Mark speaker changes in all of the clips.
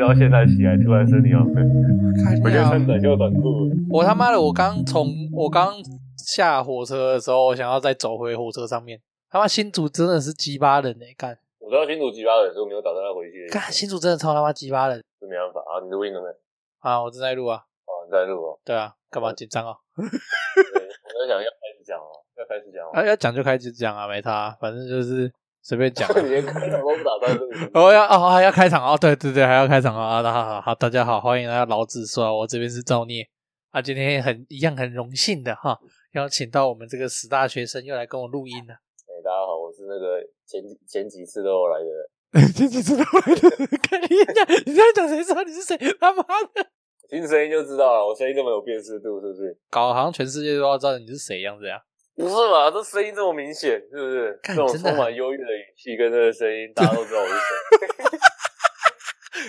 Speaker 1: 到现在起来突然生理用水，
Speaker 2: 嗯看
Speaker 1: 我觉得
Speaker 2: 呀
Speaker 1: 穿短袖短裤，
Speaker 2: 我他妈的，我刚从我刚下火车的时候，我想要再走回火车上面，他妈新竹真的是鸡巴人呢、干
Speaker 1: 我知道新竹鸡巴人，所以我没有打算要回去，
Speaker 2: 干新竹真的超他妈鸡巴人
Speaker 1: 是没办法啊。你录音了没？
Speaker 2: 啊！我正在录啊，
Speaker 1: 哦，你在录 哦。
Speaker 2: 对啊，干嘛紧张啊？
Speaker 1: 对我在想要开始讲哦，要开始讲哦。
Speaker 2: 啊，要讲就开始讲啊，没差啊，反正就是随便讲啊、
Speaker 1: 你 连开场都不打算录，
Speaker 2: 哦要哦还要开场哦，对对对，还要开场哦啊！好好好，大家好，欢迎来到老子说啊，我这边是造孽啊，今天很一样很荣幸的哈，邀请到我们这个死大学生又来跟我录音了。
Speaker 1: 哎，大家好，我是那个前几前几次都有来的人。
Speaker 2: 前几次都来的，看你讲，你在讲谁知道你是谁？他妈的，
Speaker 1: 听声音就知道了，我声音这么有辨识度，是不是？
Speaker 2: 搞得好像全世界都要知道你是谁样子啊呀？
Speaker 1: 不是吧？这声音这么明显，是不是？这
Speaker 2: 干
Speaker 1: 种
Speaker 2: 真的
Speaker 1: 充满忧郁的语气跟这个声音，大家都知道我是谁。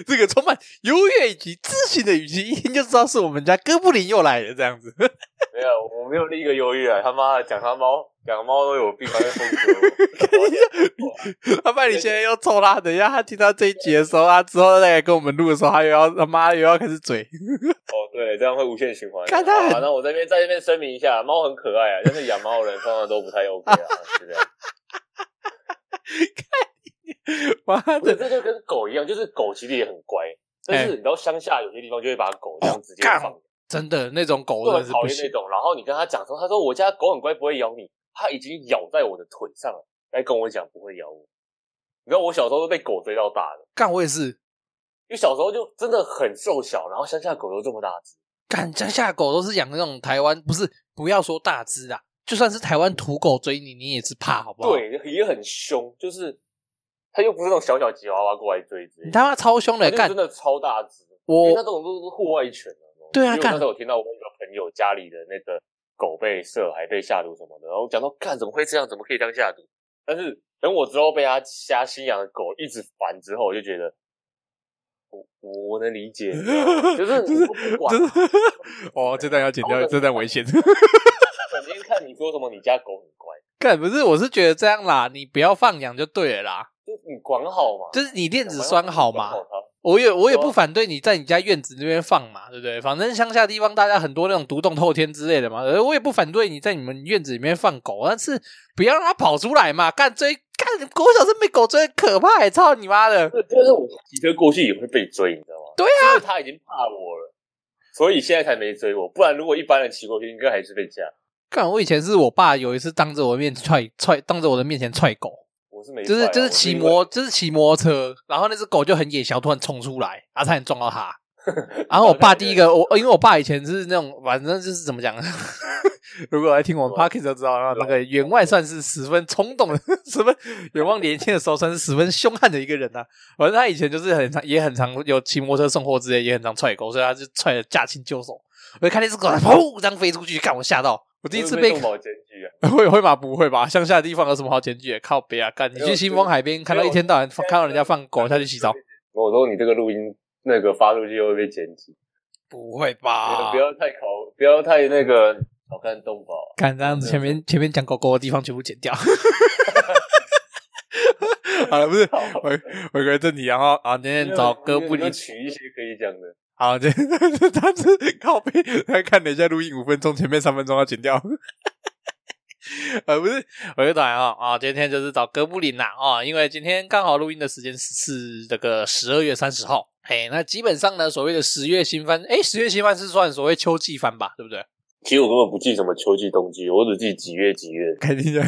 Speaker 2: 这个充满优越以及自信的语气，一听就知道是我们家哥布林又来了这样子。
Speaker 1: 没有，我没有立一个忧郁啊！他妈的，讲他猫，讲猫都有病，还在疯 狂。
Speaker 2: 他爸，你现在又臭他，等一下他听到这一集的时候，他之后再来跟我们录的时候，他又要他妈又要开始嘴。
Speaker 1: 哦，对，这样会无限循环。
Speaker 2: 看他很
Speaker 1: 好啊，那我这边在这边声明一下，猫很可爱啊，但是养猫的人通常都不太 OK 啊，是 这样。
Speaker 2: 妈
Speaker 1: 不是，
Speaker 2: 的，
Speaker 1: 这就跟狗一样，就是狗其实也很乖，但是你到乡下有些地方就会把狗这样直接
Speaker 2: 哎哦干
Speaker 1: 放，
Speaker 2: 真的那种狗
Speaker 1: 我
Speaker 2: 真
Speaker 1: 很
Speaker 2: 的是
Speaker 1: 讨
Speaker 2: 不
Speaker 1: 厌那
Speaker 2: 行。
Speaker 1: 种。然后你跟他讲说，他说我家狗很乖，不会咬你，它已经咬在我的腿上了，来跟我讲不会咬我。你知道我小时候都被狗追到大的，
Speaker 2: 干我也是，
Speaker 1: 因为小时候就真的很瘦小，然后乡下狗又这么大只。
Speaker 2: 干乡下狗都是养那种台湾，不是不要说大只啦，就算是台湾土狗追你，你也是怕好不好？
Speaker 1: 对，也很凶，就是它又不是那种小小吉娃娃过来追之类的，
Speaker 2: 你他妈超凶的，
Speaker 1: 它就
Speaker 2: 干
Speaker 1: 真的超大只。因为它这
Speaker 2: 我
Speaker 1: 种都是户外犬啊
Speaker 2: 对啊
Speaker 1: 因为我
Speaker 2: 干
Speaker 1: 那时候有听到我一个朋友家里的那个狗被射，还被下毒什么的，然后讲到干怎么会这样，怎么可以这样下毒？但是等我之后被他家新养的狗一直烦之后，我就觉得。我我能理解，你知道吗 就是你不管
Speaker 2: 真的哦，这段要剪掉，这段危险。
Speaker 1: 整天看你说什么，你家狗很乖，
Speaker 2: 干不是，我是觉得这样啦，你不要放养就对了啦，
Speaker 1: 就是你管好嘛，
Speaker 2: 就是你链子拴好嘛
Speaker 1: 管。好它
Speaker 2: 我也我也
Speaker 1: 哦对啊
Speaker 2: 不反对你在你家院子那边放嘛，对不对？反正乡下地方大家很多那种独栋透天之类的嘛，呃我也不反对你在你们院子里面放狗，但是不要让它跑出来嘛。干追干国小生被狗追很可怕、欸操你妈的！
Speaker 1: 对，就是我骑车过去也会被追，你知道吗？
Speaker 2: 对
Speaker 1: 啊，就是他已经怕我了，所以现在才没追我。不然如果一般人骑过去，应该还是被夹。
Speaker 2: 干我以前是我爸有一次当着我的面踹踹，当着我的面前踹狗，
Speaker 1: 我是没
Speaker 2: 就
Speaker 1: 踹啊，
Speaker 2: 是就
Speaker 1: 我是
Speaker 2: 是骑
Speaker 1: 因为
Speaker 2: 摩，就是骑摩托车，然后那只狗就很野小，突然冲出来，啊，差点撞到 它。然后我爸第一个，我因为我爸以前是那种，反正就是怎么讲， 如果来听我们 p o c k e t 就知道，然后那
Speaker 1: 啊
Speaker 2: 个员外算是十分冲动的，十分员望年轻的时候算是十分凶悍的一个人呐、啊。反正他以前就是很常，也很常有骑摩托车送货之类，也很常踹狗，所以他就踹的驾轻就熟。我一看那只狗，砰，这样飞出去，看我吓到。我第一次
Speaker 1: 我是被
Speaker 2: 被
Speaker 1: 动保检举啊，
Speaker 2: 会会吗？不会吧？乡下的地方有什么好检举的？靠北啊！干你
Speaker 1: 没有
Speaker 2: 去新丰海边看到一天到晚
Speaker 1: 现在
Speaker 2: 看到人家放狗下去洗澡，
Speaker 1: 我说你这个录音那个发出去又会被检举，
Speaker 2: 不会吧
Speaker 1: 不？要太考，不要太那个好看动 保。
Speaker 2: 干这样子，前面前面讲狗狗的地方全部 剪掉。 好了，不是
Speaker 1: 好
Speaker 2: 回回归正题，然后啊，今天找哥布
Speaker 1: 你
Speaker 2: 林
Speaker 1: 们，取一些可以讲的，
Speaker 2: 好， 今天他是靠背，他看了一下录音五分钟，前面三分钟要剪掉。 呃，不是，我就短啊啊，今天就是找哥布林啦啊，因为今天刚好录音的时间是是这个十二月三十号，哎，那基本上呢，所谓的十月新番，哎，十月新番是算所谓秋季番吧，对不 对？
Speaker 1: 其实我根本不记什么秋季、冬季，我只记几月几月。
Speaker 2: 肯定的，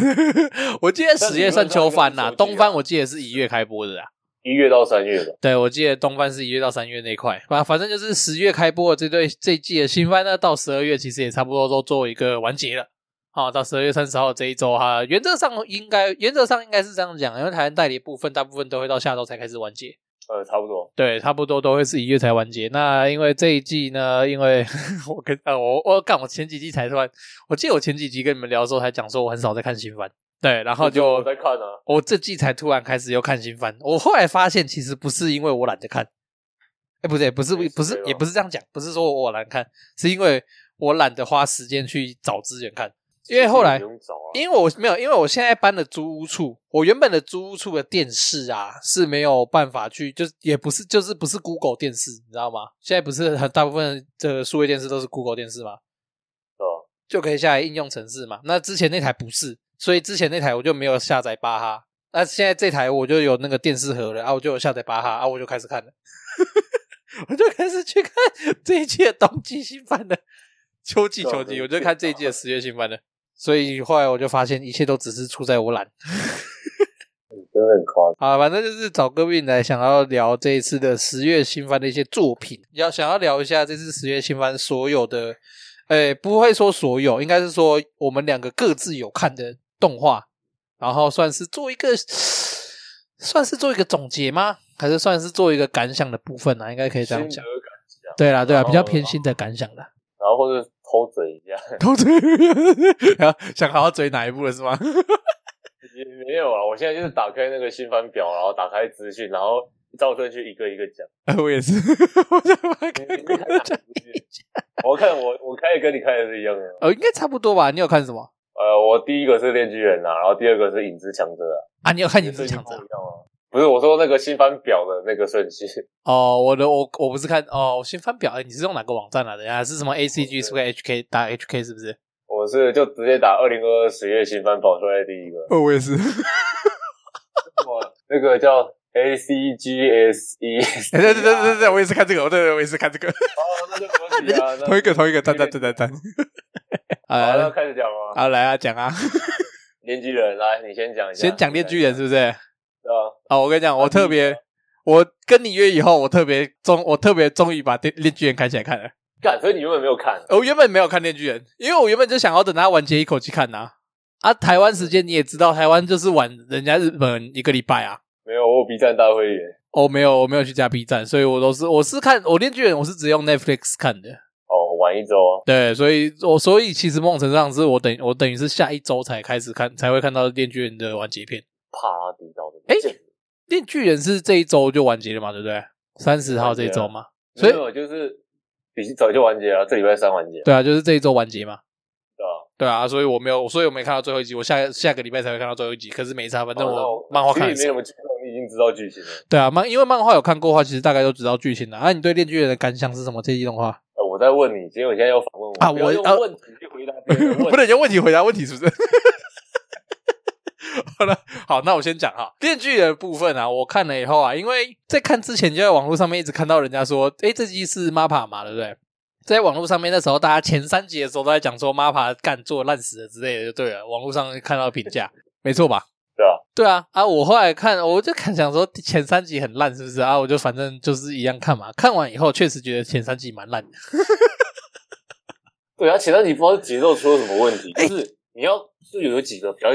Speaker 2: 我记得十月算秋番啦，冬番我记得是一月啊开播的啊啦。
Speaker 1: 一月到三月吧，
Speaker 2: 对，我记得东番是一月到三月那一块，反反正就是十月开播的这对这一季的新番呢，到十二月其实也差不多都做一个完结了。好、到十二月三十号这一周哈，原则上应该原则上应该是这样讲，因为台湾代理部分大部分都会到下周才开始完结，
Speaker 1: 呃，差不多。
Speaker 2: 对，差不多都会是一月才完结。那因为这一季呢，因为 我跟呃我我干我前几季才突然，我记得我前几集跟你们聊的时候还讲说我很少在看新番，对，然后
Speaker 1: 我
Speaker 2: 就
Speaker 1: 在看啊，
Speaker 2: 我这季才突然开始又看新番，我后来发现其实不是因为我懒得看，哎，不对，不是
Speaker 1: 没事
Speaker 2: 不是
Speaker 1: 没有
Speaker 2: 也不是这样讲，不是说我懒得看，是因为我懒得花时间去找资源看。因为后来
Speaker 1: 其实也不用找啊，
Speaker 2: 因为我没有，因为我现在搬了租屋处，我原本的租屋处的电视啊是没有办法去，就是也不是，就是不是 Google 电视，你知道吗？现在不是很大部分的数位电视都是 Google 电视吗？
Speaker 1: 对吧？
Speaker 2: 就可以下来应用程式嘛。那之前那台不是，所以之前那台我就没有下载巴哈。那现在这台我就有那个电视盒了啊，我就有下载巴哈啊，我就开始看了， 我就开始去看这一季的冬季新番的，秋季
Speaker 1: 对啊
Speaker 2: 秋季，
Speaker 1: 对
Speaker 2: 我就看这一季的十月新番的。所以后来我就发现，一切都只是出在我懒。
Speaker 1: 真的很夸张。
Speaker 2: 啊，反正就是找各位来想要聊这一次的十月新番的一些作品，要想要聊一下这次十月新番所有的，诶，不会说所有，应该是说我们两个各自有看的动画，然后算是做一个，算是做一个总结吗？还是算是做一个感想的部分呢、啊？应该可以这样
Speaker 1: 心
Speaker 2: 讲
Speaker 1: 得。感想
Speaker 2: 对啦，对啦，比较
Speaker 1: 然后
Speaker 2: 偏心的感想啦。
Speaker 1: 然后或者偷嘴一下，
Speaker 2: 偷嘴， 然后想好好追哪一部了是吗？
Speaker 1: 也没有啊。我现在就是打开那个新番表，然后打开资讯，然后照顺序一个一个讲。
Speaker 2: 我也是， 我在把
Speaker 1: 你
Speaker 2: 开
Speaker 1: 你
Speaker 2: 过
Speaker 1: 看哪
Speaker 2: 讲
Speaker 1: 部剧我看我我开的跟你开的是一样的。
Speaker 2: 呃，应该差不多吧？你有看什么？
Speaker 1: 呃，我第一个是《炼巨人》啊，然后第二个是《影之强者》啊。
Speaker 2: 啊，你有看你
Speaker 1: 顺
Speaker 2: 自
Speaker 1: 序
Speaker 2: 己
Speaker 1: 不
Speaker 2: 讲的
Speaker 1: 一样啊？不是，我说那个新番表的那个顺序，
Speaker 2: 哦，我的我我不是看哦，我先翻表，哎，你是用哪个网站来的呀？是什么 ACG
Speaker 1: 对
Speaker 2: 出个 HK 打 HK 是不是？
Speaker 1: 我是就直接打二零二二十月新番跑出来的第一个，
Speaker 2: 哦，我也是
Speaker 1: 哇那个叫 A C G S E，
Speaker 2: 哎。对对对对对，我也是看这个，我对对，我也是看这 个，。
Speaker 1: 哦， 那就没问题啊那
Speaker 2: 同一个同一个，
Speaker 1: 对
Speaker 2: 赞
Speaker 1: 对
Speaker 2: 赞赞赞 赞。
Speaker 1: 好，那
Speaker 2: 啊，
Speaker 1: 开始讲吗？
Speaker 2: 好来啊，讲啊，
Speaker 1: 炼巨人，来，你先讲一下。
Speaker 2: 先讲《链巨人》是
Speaker 1: 不
Speaker 2: 不是？
Speaker 1: 是啊？
Speaker 2: 哦，我跟你讲，我特别
Speaker 1: 啊，
Speaker 2: 我跟你约以后，我特别终，我特别终于把《链巨人》开起来看了。
Speaker 1: 干，所以你原本没有看，
Speaker 2: 我原本没有看《链巨人》，因为我原本就想要等它完结一口气看呐、啊。啊，台湾时间你也知道，台湾就是晚人家日本一个礼拜啊。
Speaker 1: 没有，我有 B 站大会员。
Speaker 2: 哦，没有，我没有去加 B 站，所以我都是我是看我《链锯人》，我是只用 Netflix 看的。
Speaker 1: 哦，晚一周啊，
Speaker 2: 对，所以我所以其实某种程度上是我等我等于是下一周才开始看，才会看到《链锯人》的完结篇。《
Speaker 1: 帕拉迪岛的。
Speaker 2: 哎链锯人》是这一周就完结了嘛，对不对？三十号这一周嘛，所以
Speaker 1: 没有，就是已经早就完结了，这礼拜三完结，
Speaker 2: 对啊，就是这一周完结嘛。
Speaker 1: 对吧？
Speaker 2: 对啊，所以我没有，所以我没看到最后一集，我下下个礼拜才会看到最后一集。可是没差，反正
Speaker 1: 哦那
Speaker 2: 我漫画看
Speaker 1: 其
Speaker 2: 的
Speaker 1: 实也没什。么
Speaker 2: 少
Speaker 1: 剧透，你已经知道剧情了。
Speaker 2: 对啊，漫因为漫画有看过的话，其实大概都知道剧情了。啊，你对《链锯人》的感想是什么？这一季动画
Speaker 1: 呃，我在问你，因为我现在要访问我
Speaker 2: 啊
Speaker 1: 不要
Speaker 2: 我
Speaker 1: 用
Speaker 2: 啊
Speaker 1: 问题去回答别 人的问
Speaker 2: 不能用问题回答问题，是不是？ 好了，好，那我先讲哈，电锯的部分啊，我看了以后啊，因为在看之前就在网络上面一直看到人家说，诶、这集是 MAPPA 嘛，对不对？在网络上面那时候，大家前三集的时候都在讲说 MAPPA 干做烂死了之类的，就对了。网络上看到的评价， 没错吧？
Speaker 1: 对啊，
Speaker 2: 对啊，啊，我后来看，我就看想说前三集很烂，是不是啊？我就反正就是一样看嘛。看完以后，确实觉得前三集蛮烂的。
Speaker 1: 对啊，前段你不知道节奏出了什么问题，
Speaker 2: 哎
Speaker 1: 就是你要就有几个比较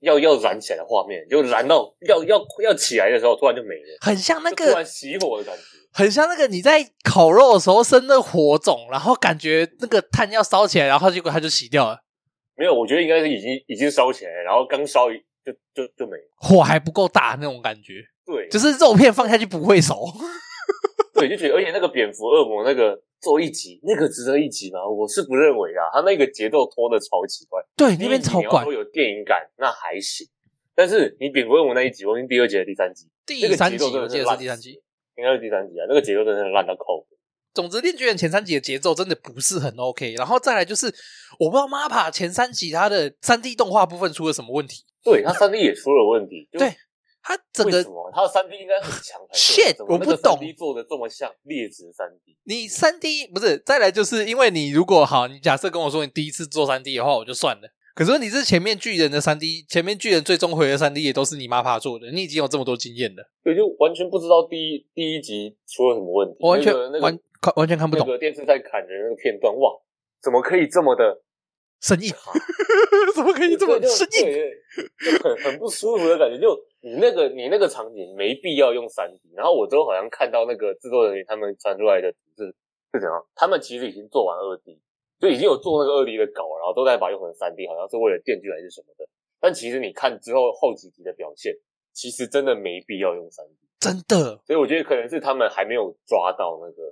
Speaker 1: 要要燃起来的画面，就燃到要要要起来的时候，突然就没了，
Speaker 2: 很像那
Speaker 1: 就
Speaker 2: 个
Speaker 1: 突然熄火的感觉。
Speaker 2: 很像那个你在烤肉的时候生那火种，然后感觉那个炭要烧起来，然后结果它就熄掉了，
Speaker 1: 没有，我觉得应该是已经已经烧起来了，然后刚烧一就就就没了。
Speaker 2: 火还不够大那种感觉，
Speaker 1: 对，
Speaker 2: 就是肉片放下去不会熟。
Speaker 1: 对，就觉得，而且那个蝙蝠恶魔那个做一集，那个值得一集吗？我是不认为啊，他那个节奏拖的超奇怪。
Speaker 2: 对，那边超
Speaker 1: 第一集你要
Speaker 2: 怪
Speaker 1: 说。有电影感，那还行。但是你蝙蝠恶魔那一集，我已经第二集的第三集，
Speaker 2: 第
Speaker 1: 那个
Speaker 2: 三
Speaker 1: 节
Speaker 2: 集
Speaker 1: 奏真
Speaker 2: 我
Speaker 1: 的
Speaker 2: 记得
Speaker 1: 烂
Speaker 2: 是第三集。，
Speaker 1: 应该是第三集啊。那个节奏真的是烂到扣。
Speaker 2: 总之，《链锯人》前三集的节奏真的不是很 OK，然后再来就是，我不知道 MAPPA 前三集它的三 D 动画部分出了什么问题，
Speaker 1: 对他三 D 也出了问题，就
Speaker 2: 对它整
Speaker 1: 为
Speaker 2: 个
Speaker 1: 什么他的三 D 应该很强才对啊
Speaker 2: Shit，
Speaker 1: 怎么那个
Speaker 2: 我不懂
Speaker 1: 3D 做的这么像劣质三 D，
Speaker 2: 你三 D 不是再来，就是因为你如果好，你假设跟我说你第一次做三 D 的话，我就算了。可是你是前面巨人的三 D，前面巨人最终回的三 D 也都是你妈爬做的，你已经有这么多经验了，
Speaker 1: 对，就完全不知道第一第一集出了什么问题，
Speaker 2: 我完全、
Speaker 1: 那个、那
Speaker 2: 完
Speaker 1: 个
Speaker 2: 看完全看不
Speaker 1: 那
Speaker 2: 懂，
Speaker 1: 个电视在砍人那个片段，哇，怎么可以这么的
Speaker 2: 生硬，
Speaker 1: 卡？
Speaker 2: 怎么可 以这么生硬？
Speaker 1: 啊对，就很很不舒服的感觉。就你那个你那个场景没必要用三 D。然后我之后好像看到那个制作人员他们传出来的图是是怎样，他们其实已经做完二 D，就已经有做那个二 D 的稿，然后都在把它用成三 D，好像是为了电锯还是什么的。但其实你看之后后几集的表现，其实真的没必要用三 D。
Speaker 2: 真的，
Speaker 1: 所以我觉得可能是他们还没有抓到那个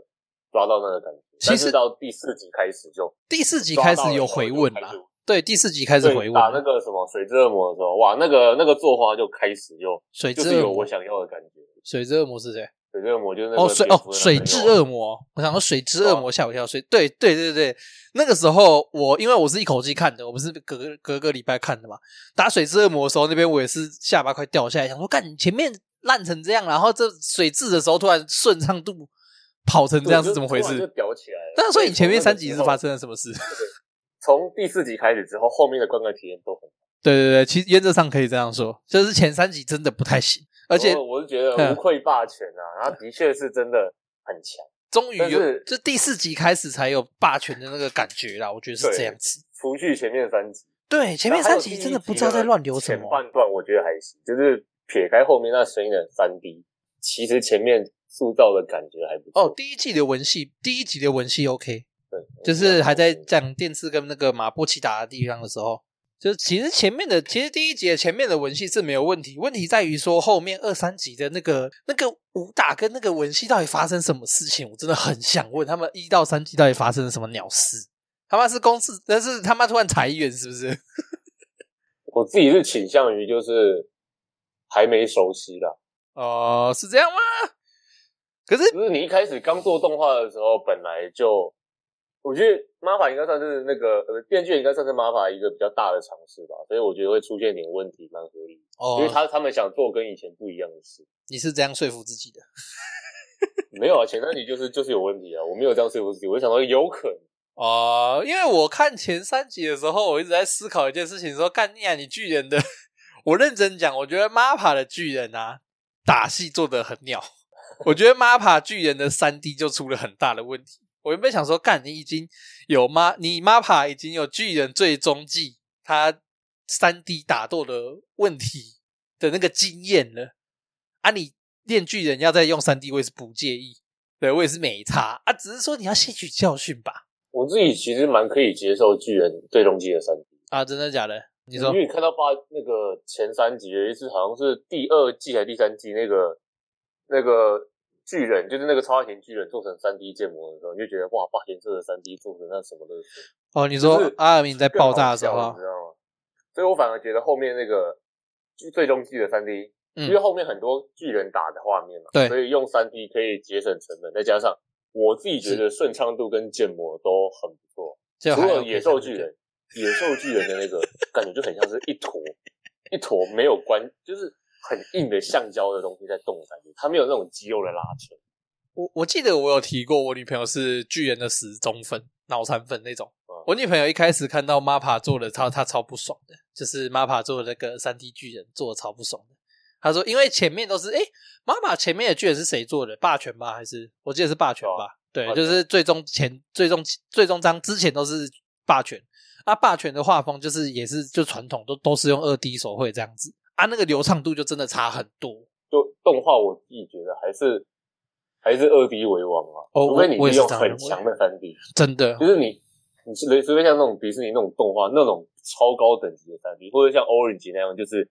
Speaker 1: 抓到那个感觉。
Speaker 2: 其实
Speaker 1: 但是到第四集开始就
Speaker 2: 第四集
Speaker 1: 抓
Speaker 2: 开
Speaker 1: 到
Speaker 2: 始
Speaker 1: 了
Speaker 2: 有
Speaker 1: 之后
Speaker 2: 回
Speaker 1: 就
Speaker 2: 问
Speaker 1: 开
Speaker 2: 啦
Speaker 1: 始，
Speaker 2: 对第四集开始
Speaker 1: 对
Speaker 2: 回
Speaker 1: 打那
Speaker 2: 稳，
Speaker 1: 个什么水之恶魔的时候，哇，那个那个作画就开始又
Speaker 2: 水
Speaker 1: 就
Speaker 2: 之
Speaker 1: 是
Speaker 2: 恶
Speaker 1: 有我
Speaker 2: 魔，
Speaker 1: 想要的感觉。
Speaker 2: 水之恶魔是谁？
Speaker 1: 水之恶魔就是那个
Speaker 2: 哦，水
Speaker 1: 蝙
Speaker 2: 哦
Speaker 1: 蝠，的
Speaker 2: 水
Speaker 1: 男朋
Speaker 2: 之
Speaker 1: 友啊
Speaker 2: 恶魔，我想说水之
Speaker 1: 啊
Speaker 2: 恶魔吓我一跳，水对对对对，那个时候我因为我是一口气看的，我不是隔个隔个礼拜看的嘛，打水之恶魔的时候，那边我也是下巴快掉下来，想说干你前面烂成这样，然后这水质的时候突然顺畅度跑成这样
Speaker 1: 对
Speaker 2: 是怎么回
Speaker 1: 就突然就
Speaker 2: 事？
Speaker 1: 屌起来了。
Speaker 2: 那所以你前面三集是发
Speaker 1: 生，
Speaker 2: 生了什么事？
Speaker 1: 从第四集开始之后，后面的观看体验都很。
Speaker 2: 对对对，其实原则上可以这样说，就是前三集真的不太行，而且嗯
Speaker 1: 我我是觉得无愧霸权啊，然后的确是真的很强。
Speaker 2: 终于
Speaker 1: 但
Speaker 2: 有
Speaker 1: 是
Speaker 2: 就第四集开始才有霸权的那个感觉啦，我觉得是
Speaker 1: 对
Speaker 2: 这样子。
Speaker 1: 除去前面三集，
Speaker 2: 对，前面
Speaker 1: 然后还
Speaker 2: 三
Speaker 1: 有
Speaker 2: 集
Speaker 1: 第一
Speaker 2: 真的不知道在乱流什
Speaker 1: 前
Speaker 2: 么。
Speaker 1: 半段我觉得还行，就是撇开后面那声音的三 D，其实前面塑造的感觉还不错。
Speaker 2: 哦，第一季的文戏，第一集的文戏 OK，
Speaker 1: 对，
Speaker 2: 就是还
Speaker 1: 嗯
Speaker 2: 在讲电视跟那个马波奇打的地方的时候，就是其实前面的，其实第一集的前面的文戏是没有问题，问题在于说后面二三集的那个那个武打跟那个文戏到底发生什么事情，我真的很想问他们一到三集到底发生了什么鸟事。他妈是公司，但是他妈突然裁员是不是？
Speaker 1: 我自己是倾向于就是还没熟悉啦，
Speaker 2: 哦、是这样吗？可是
Speaker 1: 就是你一开始刚做动画的时候，本来就我觉得 MAPPA 应该算是那个呃，电锯应该算是 MAPPA 一个比较大的尝试吧，所以我觉得会出现点问题，蛮合理的。因为
Speaker 2: 哦，
Speaker 1: 他他们想做跟以前不一样的事，
Speaker 2: 你是这样说服自己的？
Speaker 1: 没有啊，前三集就是就是有问题啊，我没有这样说服自己，我就想到有可能，
Speaker 2: 哦、因为我看前三集的时候，我一直在思考一件事情说干你啊，你巨人的， 我认真讲，我觉得 MAPPA 的巨人啊，打戏做的很妙。我觉得 MAPPA 巨人的三 D 就出了很大的问题。我原本想说，干你已经有妈，你 MAPPA 已经有巨人最终季他三 D 打斗的问题的那个经验了啊，你练巨人要再用三 D，我也是不介意，对我也是没差啊，只是说你要吸取教训吧。
Speaker 1: 我自己其实蛮可以接受巨人最终季的三集，
Speaker 2: 啊，真的假的？你说
Speaker 1: 因为你看到八那个前三集有一次好像是第二季还是第三季那个那个巨人，就是那个超爱型巨人做成三 D 建模的时候，你就觉得哇，霸贤社的三 D 做成那什么的，
Speaker 2: 哦，你说
Speaker 1: 就是
Speaker 2: 阿尔敏在爆炸的时
Speaker 1: 更好笑
Speaker 2: 候啊
Speaker 1: 你，知道吗？所以我反而觉得后面那个最最终季的三 D 因为
Speaker 2: 嗯，
Speaker 1: 后面很多巨人打的画面嘛，
Speaker 2: 对
Speaker 1: 所以用三 D 可以节省成本，再加上我自己觉得顺畅度跟建模都很不错，
Speaker 2: 就
Speaker 1: 除
Speaker 2: 还
Speaker 1: 了
Speaker 2: OK
Speaker 1: 野兽巨，人， 野兽巨人的那个感觉就很像是一坨一坨没有关，就是很硬的橡胶的东西在动的感觉，它没有那种肌肉的拉扯。
Speaker 2: 我我记得我有提过，我女朋友是巨人的死忠粉、脑残粉那种
Speaker 1: 嗯。
Speaker 2: 我女朋友一开始看到 MAPPA 做的超，她超不爽的，就是 MAPPA 做的那个三 D 巨人做的超不爽的。她说，因为前面都是诶 m a p p a 前面的巨人是谁做的？霸权吗？还是我记得是霸权
Speaker 1: 哦
Speaker 2: 吧？对，
Speaker 1: 霸
Speaker 2: 就
Speaker 1: 权
Speaker 2: 是最终前最终最终章之前都是霸权。啊，霸权的画风就是也是就传统都都是用二 D 手绘这样子啊，那个流畅度就真的差很多。
Speaker 1: 就动画，我自己觉得还是还是二 D 为王啊，
Speaker 2: 哦
Speaker 1: 除非
Speaker 2: 我我
Speaker 1: 你
Speaker 2: 也
Speaker 1: 是
Speaker 2: 是
Speaker 1: 用
Speaker 2: 这样认为
Speaker 1: 很强的三 D，
Speaker 2: 真的
Speaker 1: 就是你，你是除非像那种迪士尼那种动画那种超高等级的三 D，或者像 Orange 那样，就是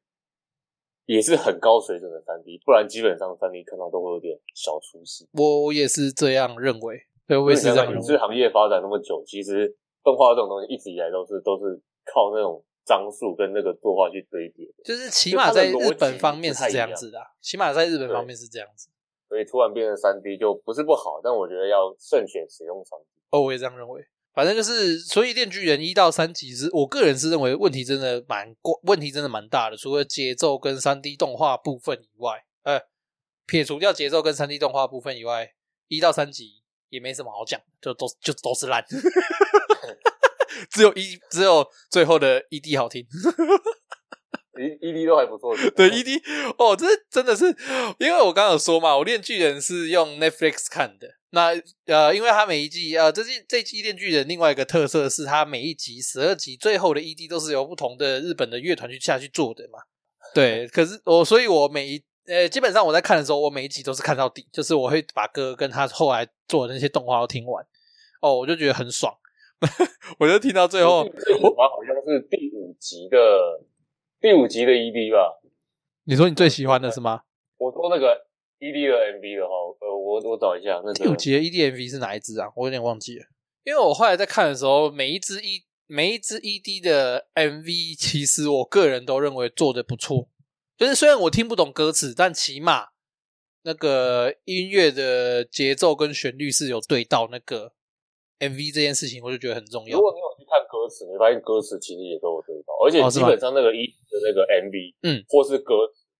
Speaker 1: 也是很高水准的三 D，不然基本上三 D 看到都会有点小出戏。
Speaker 2: 我我也是这样认为，对我也
Speaker 1: 你
Speaker 2: 是这
Speaker 1: 想
Speaker 2: 样
Speaker 1: 想
Speaker 2: 认
Speaker 1: 影
Speaker 2: 为
Speaker 1: 视。行业发展那么久，其实动画这种东西一直以来都是都是靠那种张数跟那个作画去堆叠的，
Speaker 2: 就是起码在日本方面是这样
Speaker 1: 就它的逻辑不太一样
Speaker 2: 子的啊，起码在日本方面是这样子。
Speaker 1: 所以突然变成三 D 就不是不好，但我觉得要慎选使用场景。
Speaker 2: 哦，我也这样认为。反正就是，所以《电锯人》一到三集是，我个人是认为问题真的蛮过，问题真的蛮大的。除了节奏跟三 D 动画部分以外，呃，撇除掉节奏跟三 D 动画部分以外，一到三集也没什么好讲，就都就都 是烂， 只有一只有最后的 ED 好听。
Speaker 1: E E D 都还不错，
Speaker 2: 对 ED 哦，这真的是，因为我刚刚有说嘛，我《恋巨人》是用 Netflix 看的。那呃，因为它每一季呃，这季这季《恋巨人》另外一个特色是，它每一集十二集最后的 ED 都是由不同的日本的乐团去下去做的嘛。对，可是我，所以我每一呃，基本上我在看的时候，我每一集都是看到底，就是我会把歌跟他后来做的那些动画都听完。哦，我就觉得很爽， 我就听到最后，
Speaker 1: 最喜欢好像是第五集的第五集的 ED 吧。
Speaker 2: 你说你最喜欢的是吗？
Speaker 1: 我说那个 ED 的 MV 的话，呃，我我找一下那个
Speaker 2: 第五集的 EDMV 是哪一支啊？我有点忘记了，因为我后来在看的时候，每一支 E 每一只 ED 的 MV，其实我个人都认为做的不错。就是虽然我听不懂歌词，但起码那个音乐的节奏跟旋律是有对到那个 MV 这件事情，我就觉得很重要
Speaker 1: 如。果你有去看歌词，你会发现歌词其实也都有对到，而且
Speaker 2: 哦是
Speaker 1: 基
Speaker 2: 吗
Speaker 1: 本上那个一的那个 MV，
Speaker 2: 嗯，
Speaker 1: 或是歌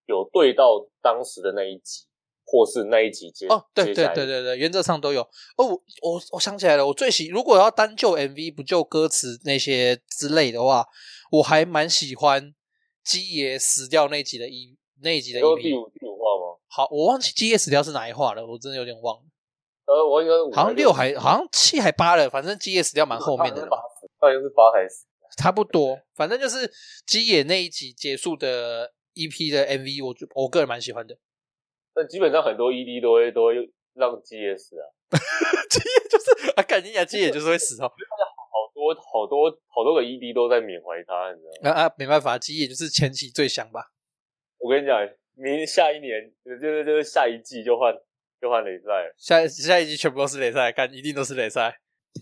Speaker 1: 有对到当时的那一集，或是那一集接
Speaker 2: 哦，对对对
Speaker 1: 对，
Speaker 2: 对对，原则上都有。哦，我我我想起来了，我最喜如果要单就 MV 不就歌词那些之类的话，我还蛮喜欢基爷死掉那集的一那一集的
Speaker 1: 你说第
Speaker 2: EP。
Speaker 1: 五第五话吗？
Speaker 2: 好，我忘记基爷死掉是哪一话了，我真的有点忘了，
Speaker 1: 呃，我应该是五
Speaker 2: 好像六还好像七还八了，反正基爷死掉蛮后面的了
Speaker 1: 了
Speaker 2: 嘛
Speaker 1: 吧，？好像是八还是
Speaker 2: 差不多。反正就是基野那一集结束的 EP 的 MV，我觉我个人蛮喜欢的。
Speaker 1: 但基本上很多 ED 都会都会让 GS 啊，
Speaker 2: 基野就是啊，感觉讲基野就是会死哦。
Speaker 1: 好多好多好多个 ED 都在缅怀他，你知道吗？
Speaker 2: 啊啊，没办法，基野就是前期最强吧。
Speaker 1: 我跟你讲，明下一年就是就是下一季就换就换雷赛了。
Speaker 2: 下下一集全部都是擂赛，看一定都是擂赛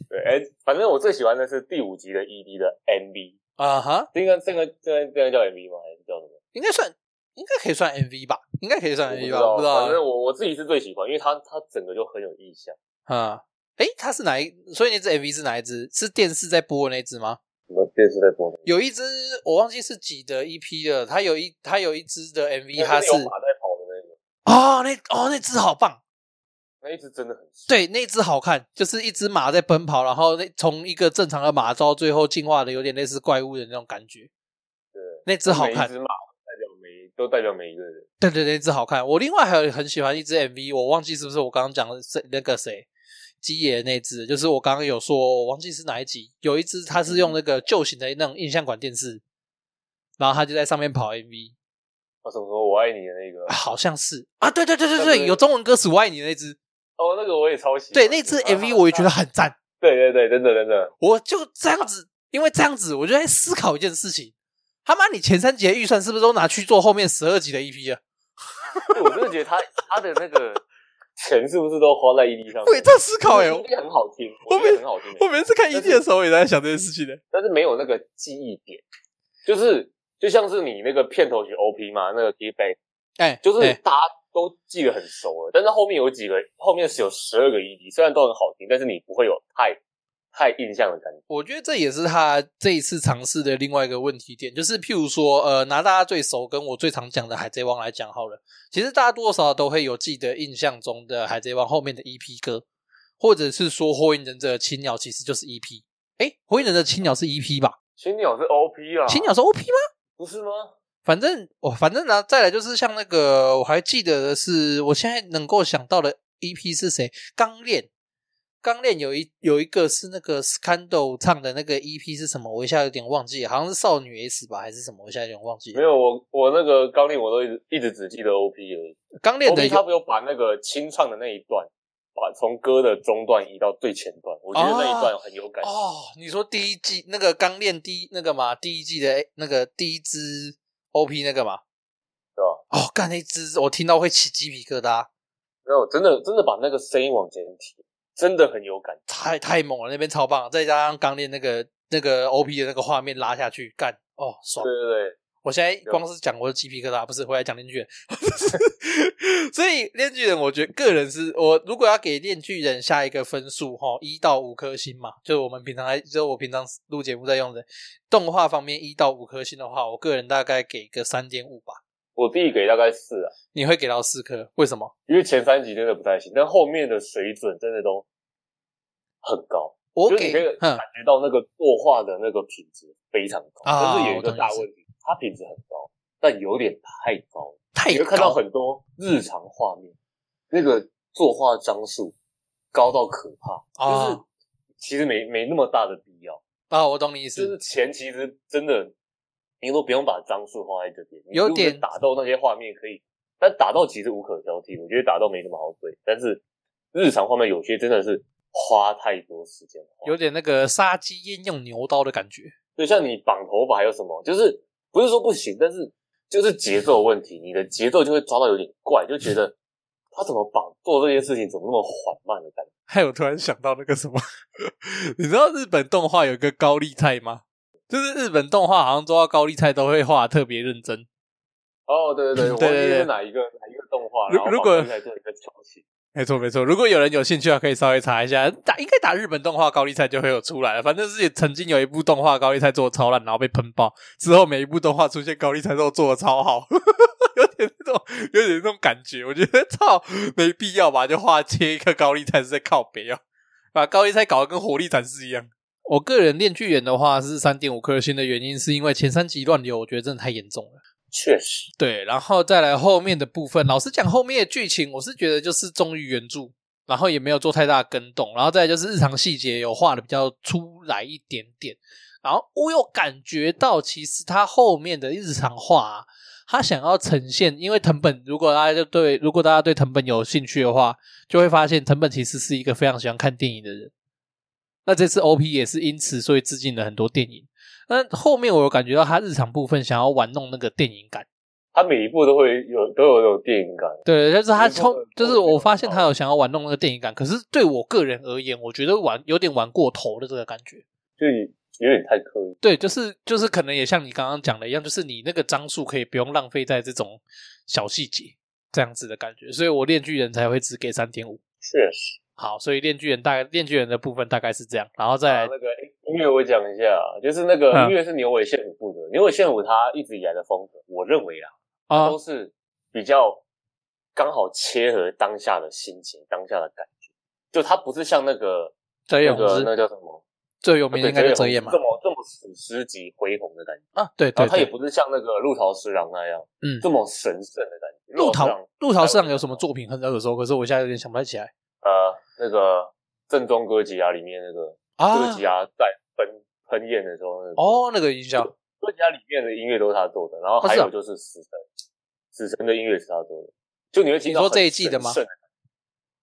Speaker 1: 对，哎、反正我最喜欢的是第五集的 ED 的 MV，
Speaker 2: 啊哈，
Speaker 1: 这个这个这个这个叫 MV 吗？还是叫什么？
Speaker 2: 应该算应该可以算 MV 吧，应该可以算
Speaker 1: 我不
Speaker 2: MV
Speaker 1: 知
Speaker 2: 吧，我
Speaker 1: 道，
Speaker 2: 哎不知道啊
Speaker 1: 反正我我自己是最喜欢，因为它它整个就很有意象。
Speaker 2: 啊。诶，它是哪一？所以那只 MV 是哪一只？是电视在播的那只吗？
Speaker 1: 什么电视在播的？
Speaker 2: 有一只我忘记是几的 EP 了，它有一它有一只的 MV，它
Speaker 1: 它
Speaker 2: 是
Speaker 1: 有马在跑的那个，
Speaker 2: 哦那哦那只好棒，
Speaker 1: 那一只真的很帅。
Speaker 2: 对，那只好看，就是一只马在奔跑，然后那从一个正常的马到最后进化的有点类似怪物的那种感觉，
Speaker 1: 对，
Speaker 2: 那只好
Speaker 1: 每
Speaker 2: 看
Speaker 1: 一。只马代表每都代表每一个人。
Speaker 2: 对对对，那只好看。我另外还有很喜欢一支 MV，我忘记是不是我刚刚讲的是那个谁基野那支，就是我刚刚有说，我忘记是哪一集，有一支他是用那个旧型的那种印象馆电视，然后他就在上面跑 MV，、
Speaker 1: 啊，什么什么我爱你的那 个
Speaker 2: 啊、，好像是啊，对对对对
Speaker 1: 对
Speaker 2: 对，
Speaker 1: 对
Speaker 2: 有中文歌词我爱你那支，
Speaker 1: 哦，那个我也超喜欢。
Speaker 2: 对那支 MV 我也觉得很赞，
Speaker 1: 对对对，真的真的，
Speaker 2: 我就这样子，因为这样子我就在思考一件事情，他妈你前三集的预算是不是都拿去做后面十二集的 EP 了？
Speaker 1: 对我真的觉得他他的那个钱是不是都花在 ED 上面？
Speaker 2: 我也在思考哎、
Speaker 1: 因为 ED 很好听，
Speaker 2: 我
Speaker 1: 我觉
Speaker 2: 每
Speaker 1: 得很好听。
Speaker 2: 我每次看 EP 的时候也在想这件事情呢、欸
Speaker 1: 但是没有那个记忆点，就是就像是你那个片头曲 OP 嘛，那个 k e y b a c k
Speaker 2: 哎、
Speaker 1: 就是
Speaker 2: 哎
Speaker 1: 大家都记得很熟了，但是后面有几个，后面是有十二个 ED，虽然都很好听，但是你不会有太太印象的感觉。
Speaker 2: 我觉得这也是他这一次尝试的另外一个问题点，就是譬如说，呃，拿大家最熟跟我最常讲的《海贼王》来讲好了，其实大家多多少少都会有记得印象中的《海贼王》后面的 EP 歌，或者是说《火影忍者》的青鸟其实就是 EP。哎，《火影忍者》青鸟是 EP 吧？
Speaker 1: 青鸟是 OP 啊，
Speaker 2: 青鸟是 OP 吗？
Speaker 1: 不是吗？
Speaker 2: 反正我、反正呢、再来就是像那个，我还记得的是，我现在能够想到的 EP 是谁？钢炼，钢炼有一有一个是那个 Scandal 唱的那个 EP 是什么？我一下有点忘记，好像是少女 S 吧，还是什么？我一下有点忘记
Speaker 1: 没。有，我我那个钢令我都一直一直只记得 OP 而已。
Speaker 2: 钢炼的
Speaker 1: OP 他
Speaker 2: 有
Speaker 1: 不有把那个清唱的那一段，把从歌的中段移到最前段，我觉得那一段很有感觉。
Speaker 2: 哦，你说第一季那个钢炼第一那个嘛，第一季的那个第一支 OP 那个嘛，
Speaker 1: 对啊吧？
Speaker 2: 哦，干那支我听到会起鸡皮疙瘩，
Speaker 1: 没有，真的真的把那个声音往前提，真的很有感觉。
Speaker 2: 太太猛了，那边超棒，再加上刚练那个那个 OP 的那个画面拉下去，干哦爽！
Speaker 1: 对对对，
Speaker 2: 我现在光是讲我的鸡皮疙瘩，不是回来讲链锯人， 所以链锯人，我觉得个人是我如果要给链锯人下一个分数哈，一到五颗星嘛，就是我们平常还就是我平常录节目在用的动画方面一到五颗星的话，我个人大概给个三点五吧，
Speaker 1: 我弟给大概四啊，
Speaker 2: 你会给到四颗，为什么？
Speaker 1: 因为前三集真的不太行，但后面的水准真的都很高，
Speaker 2: 我
Speaker 1: 就是
Speaker 2: 给
Speaker 1: 你可以
Speaker 2: 嗯
Speaker 1: 感觉到那个作画的那个品质非常高，
Speaker 2: 啊
Speaker 1: 但是有一个大
Speaker 2: 我
Speaker 1: 问题，它品质很高，但有点太高了，
Speaker 2: 太
Speaker 1: 你会看到
Speaker 2: 高
Speaker 1: 很多日常画面，那个作画张数高到可怕，
Speaker 2: 啊
Speaker 1: 就是其实没没那么大的必要。
Speaker 2: 啊，我懂你意思，
Speaker 1: 就是钱其实真的，你都不用把张数花在这边，你
Speaker 2: 有
Speaker 1: 如果是
Speaker 2: 点
Speaker 1: 打斗那些画面可以，但打斗其实无可挑剔，我觉得打斗没什么好怼，但是日常画面有些真的是花太多时间花，
Speaker 2: 有点那个杀鸡焉用牛刀的感觉。
Speaker 1: 就像你绑头发还有什么，就是不是说不行，但是就是节奏问题，你的节奏就会抓到有点怪，就觉得他怎么绑做这件事情怎么那么缓慢的感觉？
Speaker 2: 还有突然想到那个什么， 你知道日本动画有一个高丽菜吗？就是日本动画好像做到高丽菜都会画得特别认真。
Speaker 1: 哦，对 对对，我
Speaker 2: 对
Speaker 1: 忘记
Speaker 2: 对对
Speaker 1: 是哪一个哪一个动画，
Speaker 2: 如
Speaker 1: 然后
Speaker 2: 如果
Speaker 1: 绑在做一个重启，
Speaker 2: 没错没错，如果有人有兴趣的话，可以稍微查一下，打应该打日本动画高丽菜就会有出来了。反正是也曾经有一部动画高丽菜做的超烂，然后被喷爆，之后每一部动画出现高丽菜都做的超好， 有点那种有点那种感觉。我觉得操没必要吧，就画切一颗高丽菜是在靠北哦，把高丽菜搞得跟活力展示一样。我个人练巨人的话是三点五颗星的原因，是因为前三集乱流，我觉得真的太严重了。
Speaker 1: 确实，
Speaker 2: 对，然后再来后面的部分，老实讲，后面的剧情我是觉得就是忠于原著，然后也没有做太大的跟动，然后再来就是日常细节有画的比较出来一点点，然后我有感觉到其实他后面的日常画、啊，他想要呈现，因为藤本，如果大家就对如果大家对藤本有兴趣的话，就会发现藤本其实是一个非常喜欢看电影的人。那这次 OP 也是因此，所以致敬了很多电影。那后面我有感觉到他日常部分想要玩弄那个电影感。
Speaker 1: 他每一部都会有都有有电影感，
Speaker 2: 对，但是他
Speaker 1: 没错
Speaker 2: 冲
Speaker 1: 没错，
Speaker 2: 就是
Speaker 1: 没
Speaker 2: 我
Speaker 1: 错
Speaker 2: 发现他有想要玩弄那个电影感，可是对我个人而言，我觉得玩有点玩过头的这个感觉。
Speaker 1: 就有点太刻意。
Speaker 2: 对，就是就是可能也像你刚刚讲的一样，就是你那个张数可以不用浪费在这种小细节这样子的感觉，所以我练巨人才会只给三点五。
Speaker 1: 确实，
Speaker 2: 好，所以练巨人大概练巨人的部分大概是这样，然后再
Speaker 1: 啊
Speaker 2: 来
Speaker 1: 那个诶音乐我讲一下，就是那个
Speaker 2: 嗯
Speaker 1: 音乐是牛尾宪武负责，牛尾宪武他一直以来的风格，我认为啦，
Speaker 2: 啊
Speaker 1: 都是比较刚好切合当下的心情、当下的感觉。就他不是像那个
Speaker 2: 折
Speaker 1: 那
Speaker 2: 页红
Speaker 1: 个那
Speaker 2: 之
Speaker 1: 个叫什么，
Speaker 2: 最有名
Speaker 1: 对
Speaker 2: 的应该就
Speaker 1: 折
Speaker 2: 折
Speaker 1: 页
Speaker 2: 页
Speaker 1: 红
Speaker 2: 嘛
Speaker 1: 之这么这么史诗级恢宏的感觉。
Speaker 2: 啊，对
Speaker 1: 然
Speaker 2: 对
Speaker 1: 后他也
Speaker 2: 对，
Speaker 1: 不是像那个陆桃十郎那样，
Speaker 2: 嗯
Speaker 1: 这么神圣的感觉。
Speaker 2: 陆
Speaker 1: 桃
Speaker 2: 桃陆桃市场有
Speaker 1: 嗯
Speaker 2: 什么作品很耳熟，可是我现在有点想不太起来
Speaker 1: 呃，那个正宗歌吉亚里面那个
Speaker 2: 啊
Speaker 1: 歌吉亚在喷喷焰的时候，那个
Speaker 2: 哦，那个音效
Speaker 1: 歌吉亚里面的音乐都是他做的，然后
Speaker 2: 哦
Speaker 1: 还
Speaker 2: 是啊
Speaker 1: 有就是死神，死神的音乐是他做的，就你会听到
Speaker 2: 你说这
Speaker 1: 很
Speaker 2: 一季的吗
Speaker 1: 神圣感觉？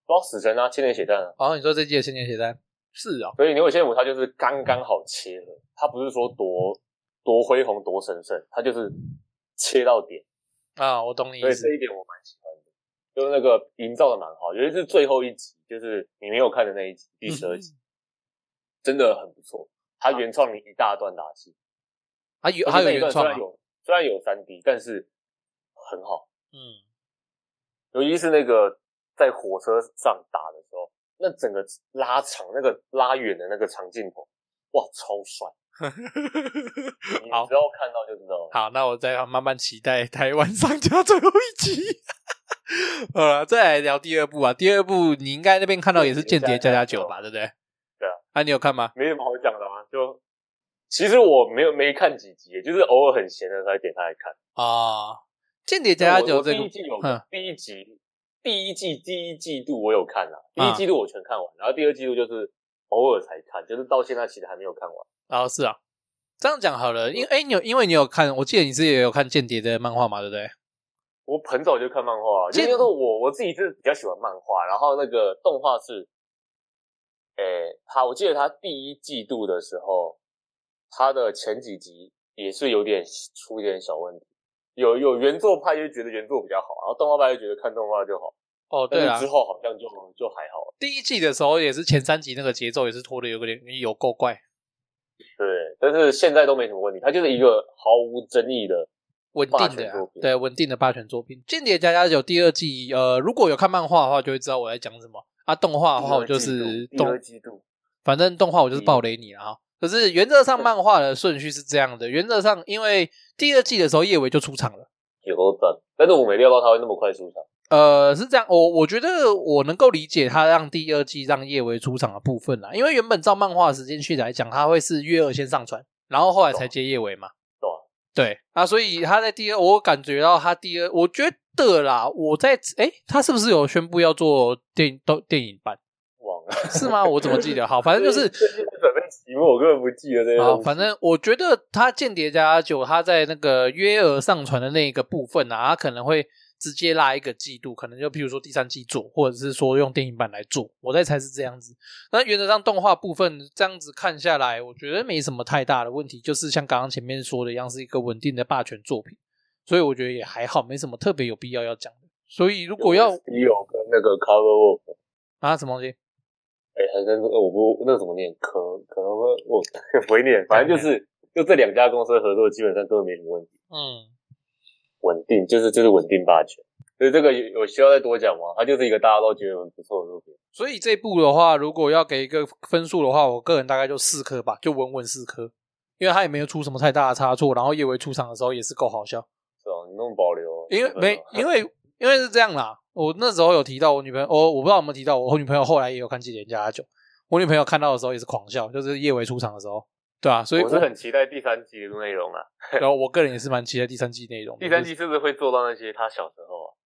Speaker 1: 包括死神啊，千年血战啊，
Speaker 2: 哦，你说这季的千年血单是哦。
Speaker 1: 所以牛尾仙武他就是刚刚好切了，他不是说多多恢宏多神圣，他就是切到点。
Speaker 2: 啊，我懂你
Speaker 1: 所
Speaker 2: 意
Speaker 1: 以
Speaker 2: 思
Speaker 1: 这一点我蛮喜欢的，就是那个营造的蛮好，尤其是最后一集，就是你没有看的那一集，第十二
Speaker 2: 嗯
Speaker 1: 集，真的很不错。他原创了一大段打戏，
Speaker 2: 啊，有
Speaker 1: 而
Speaker 2: 还
Speaker 1: 且
Speaker 2: 有
Speaker 1: 那一
Speaker 2: 原
Speaker 1: 段
Speaker 2: 创
Speaker 1: 虽
Speaker 2: 啊
Speaker 1: 然，有虽然有三 D，但是很好，
Speaker 2: 嗯，
Speaker 1: 尤其是那个在火车上打的时候，那整个拉长、那个拉远的那个长镜头，哇，超 帅！你
Speaker 2: 好
Speaker 1: 只要看到就知道了。
Speaker 2: 嗯好，那我再慢慢期待台湾上架最后一集。好了，再来聊第二部啊。第二部你应该那边看到也是《间谍加加九》吧，对不对？
Speaker 1: 对啊。
Speaker 2: 啊，你有看吗？
Speaker 1: 没什么好讲的啊，就其实我没有没看几集，就是偶尔很闲的时候才点开来看。
Speaker 2: 啊，《间谍加加
Speaker 1: 我
Speaker 2: 九
Speaker 1: 我》
Speaker 2: 啊这
Speaker 1: 第一
Speaker 2: 个，
Speaker 1: 季有、
Speaker 2: 嗯
Speaker 1: 第一集，第一季第一季度我有看啦，第
Speaker 2: 啊
Speaker 1: 一季度我全看完，然后第二季度就是偶尔才看，就是到现在其实还没有看完。
Speaker 2: 然后是啊，这样讲好了，因哎，你有因为你有看，我记得你是也有看《间谍》的漫画嘛，对不对？
Speaker 1: 我很早就看漫画，啊就
Speaker 2: 这
Speaker 1: 是说我我自己是比较喜欢漫画，然后那个动画是，诶、他我记得他第一季度的时候，他的前几集也是有点出一点小问题，有有原作派就觉得原作比较好，然后动画派就觉得看动画就好，
Speaker 2: 哦，对
Speaker 1: 但
Speaker 2: 啊
Speaker 1: 是之，后好像就就还好了，
Speaker 2: 第一季的时候也是前三集那个节奏也是拖的有个点有够怪，
Speaker 1: 对，但是现在都没什么问题，它就是一个毫无争议的，
Speaker 2: 稳
Speaker 1: 霸
Speaker 2: 定
Speaker 1: 权
Speaker 2: 的啊
Speaker 1: 作品
Speaker 2: 对稳定的霸权作品，《间谍加加九》第二季，呃，如果有看漫画的话，就会知道我在讲什么啊。动画的话，我就是
Speaker 1: 第
Speaker 2: 动
Speaker 1: 二，季嗯度，
Speaker 2: 反正动画我就是暴雷你了啊。可是原则上漫画的顺序是这样的，原则上因为第二季的时候叶维就出场了，
Speaker 1: 有够赞，但是我没料到他会那么快出场，
Speaker 2: 呃，是这样，我我觉得我能够理解他让第二季让叶维出场的部分啦，因为原本照漫画的时间序来讲，他会是月二先上传，然后后来才接叶维嘛。
Speaker 1: 懂吗？
Speaker 2: 对啊，所以他在第二，我感觉到他第二，我觉得啦，我在诶，他是不是有宣布要做电动电影版？
Speaker 1: 忘了。
Speaker 2: 是吗？我怎么记得？好，反正就是
Speaker 1: 最近在准备题目，我根本不记得这些
Speaker 2: 啊，
Speaker 1: 东西。
Speaker 2: 反正我觉得他《间谍加加九》他在那个约尔上传的那个部分啊，他可能会直接拉一个季度，可能就譬如说第三季做，或者是说用电影版来做，我在猜是这样子。那原则上动画部分这样子看下来，我觉得没什么太大的问题，就是像刚刚前面说的一样，是一个稳定的霸权作品，所以我觉得也还好，没什么特别有必要要讲的。所以如果要
Speaker 1: 有跟那个 cover work，
Speaker 2: 啊，什么东西？
Speaker 1: 哎、还真是呃我不那个怎么念，可可能会 我不会念，反正 就是就这两家公司合作，基本上根本没什么问题，
Speaker 2: 嗯，
Speaker 1: 稳定就是就是稳定霸权。所以这个有有需要再多讲吗？它就是一个大家都觉得很不错的作品。
Speaker 2: 所以这部的话，如果要给一个分数的话，我个人大概就四颗吧，就稳稳四颗，因为他也没有出什么太大的差错，然后叶维出场的时候也是够好笑，
Speaker 1: 是哦，你那么保留，
Speaker 2: 因为
Speaker 1: 是吧
Speaker 2: 没因为因为是这样啦，我那时候有提到我女朋友，哦我我不知道有没有提到我女朋友后来也有看《祭点加酒》，我女朋友看到的时候也是狂笑，就是叶维出场的时候，对啊，所以
Speaker 1: 我是很期待第三季的内容啊。
Speaker 2: 然后我个人也是蛮期待第三季内容的。
Speaker 1: 第三
Speaker 2: 就是
Speaker 1: 季是不是会做到那些他小时候
Speaker 2: 嗯
Speaker 1: 啊？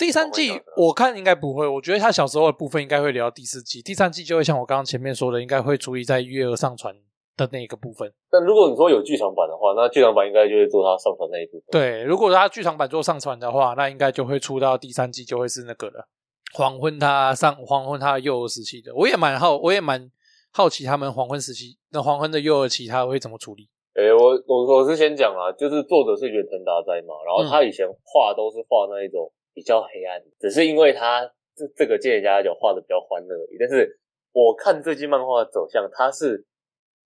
Speaker 2: 第三季我看应该不会，我觉得他小时候的部分应该会聊到第四季，第三季就会像我刚刚前面说的，应该会注意在月儿上传的那个部分。
Speaker 1: 但如果你说有剧场版的话，那剧场版应该就会做他上传那一部分。，
Speaker 2: 对，如果他剧场版做上传的话，那应该就会出到第三季，就会是那个了。黄昏他上黄昏他的幼儿时期的，我也蛮好，我也蛮好奇他们黄昏时期那黄昏的幼儿期他会怎么处理。
Speaker 1: 诶、我我我是先讲啊，就是作者是远藤达哉嘛，
Speaker 2: 嗯
Speaker 1: 然后他以前画都是画那一种比较黑暗的，只是因为他这这个界家酒画的比较欢乐而已。但是我看这季漫画的走向，他是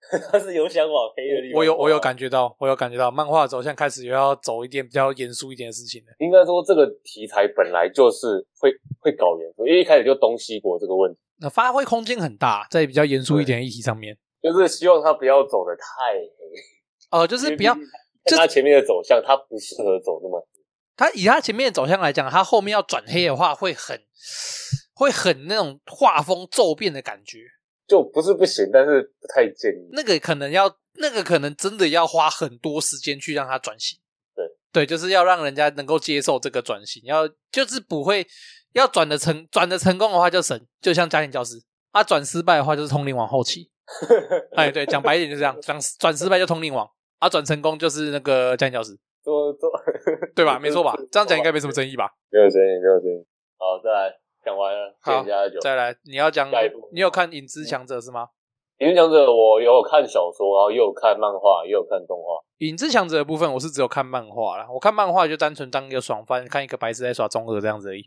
Speaker 1: 他是有想往黑的地方啊
Speaker 2: 我有我有
Speaker 1: 画
Speaker 2: 感觉到，我有感觉到漫画走向开始又要走一点比较严肃一点的事情了。
Speaker 1: 应该说这个题材本来就是会会搞元素，因为一开始就东西国这个问题，
Speaker 2: 那发挥空间很大，在比较严肃一点的议题上面。
Speaker 1: 就是希望他不要走的太黑。
Speaker 2: 哦，就是比较
Speaker 1: 看他前面的走向，他不适合走那么
Speaker 2: 他以他前面的走向来讲，他后面要转黑的话，会很会很那种画风骤变的感觉。
Speaker 1: 就不是不行，但是不太建议。
Speaker 2: 那个可能要，那个可能真的要花很多时间去让他转型。
Speaker 1: 对
Speaker 2: 对，就是要让人家能够接受这个转型，要就是不会要转的成转的成功的话就神，就像家庭教师；他、啊、转失败的话就是通灵王后期。哎， 对，讲白一点就这样，转转失败就通灵王，啊，转成功就是那个家庭教师。
Speaker 1: 做做
Speaker 2: 对吧？没错 吧
Speaker 1: 就是？
Speaker 2: 这样讲应该没什么争议吧？
Speaker 1: 没有争议，没有争议。好，再来讲完了，
Speaker 2: 好
Speaker 1: 剑家酒。
Speaker 2: 再来，你要讲
Speaker 1: 下一步，
Speaker 2: 你有看《影之强者》是吗？
Speaker 1: 影响者，我有看小说，然后也有看漫画，也有看动画。
Speaker 2: 《影之强者》的部分我是只有看漫画啦，我看漫画就单纯当一个爽番，看一个白痴在耍中二这样子而已。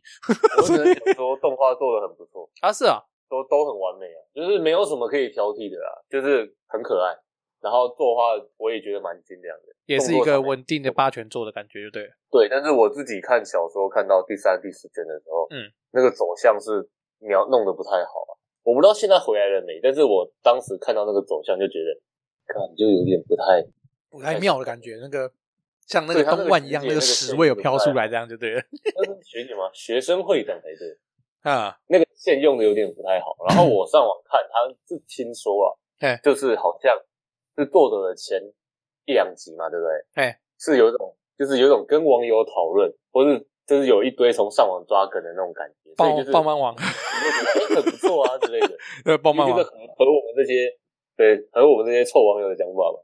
Speaker 1: 我只能讲说，动画做的很不错，
Speaker 2: 啊，是啊，
Speaker 1: 都都很完美啊，就是没有什么可以挑剔的啦，就是很可爱。然后作画我也觉得蛮精良的，
Speaker 2: 也是一
Speaker 1: 动作
Speaker 2: 个
Speaker 1: 上面
Speaker 2: 稳定的霸权做的感觉，就对了。
Speaker 1: 对，但是我自己看小说看到第三、第四卷的时候，
Speaker 2: 嗯，
Speaker 1: 那个走向是描弄得不太好啊。我不知道现在回来了没，但是我当时看到那个走向就觉得，感就有点不太
Speaker 2: 不太妙的感觉，那个像那个
Speaker 1: 对它那个
Speaker 2: 东万一样，
Speaker 1: 学
Speaker 2: 那
Speaker 1: 姐
Speaker 2: 个屎味有飘出来，这样就 对了。
Speaker 1: 那是学姐吗？学生会长才对，
Speaker 2: 啊，
Speaker 1: 那个线用的有点不太好。 然后我上网看，他是听说
Speaker 2: 嘿
Speaker 1: 啊，就是好像是作者的前一两集嘛，对不对？
Speaker 2: 嘿，
Speaker 1: 是有一种就是有一种跟网友讨论，或是就是有一堆从上网抓梗的那种感觉，所以
Speaker 2: 棒
Speaker 1: 就是
Speaker 2: 棒漫网，
Speaker 1: 你就觉得哎很不错啊之类 的，
Speaker 2: 呃，棒漫
Speaker 1: 就
Speaker 2: 网
Speaker 1: 是很合我们这些对合我们这些臭网友的想法吧。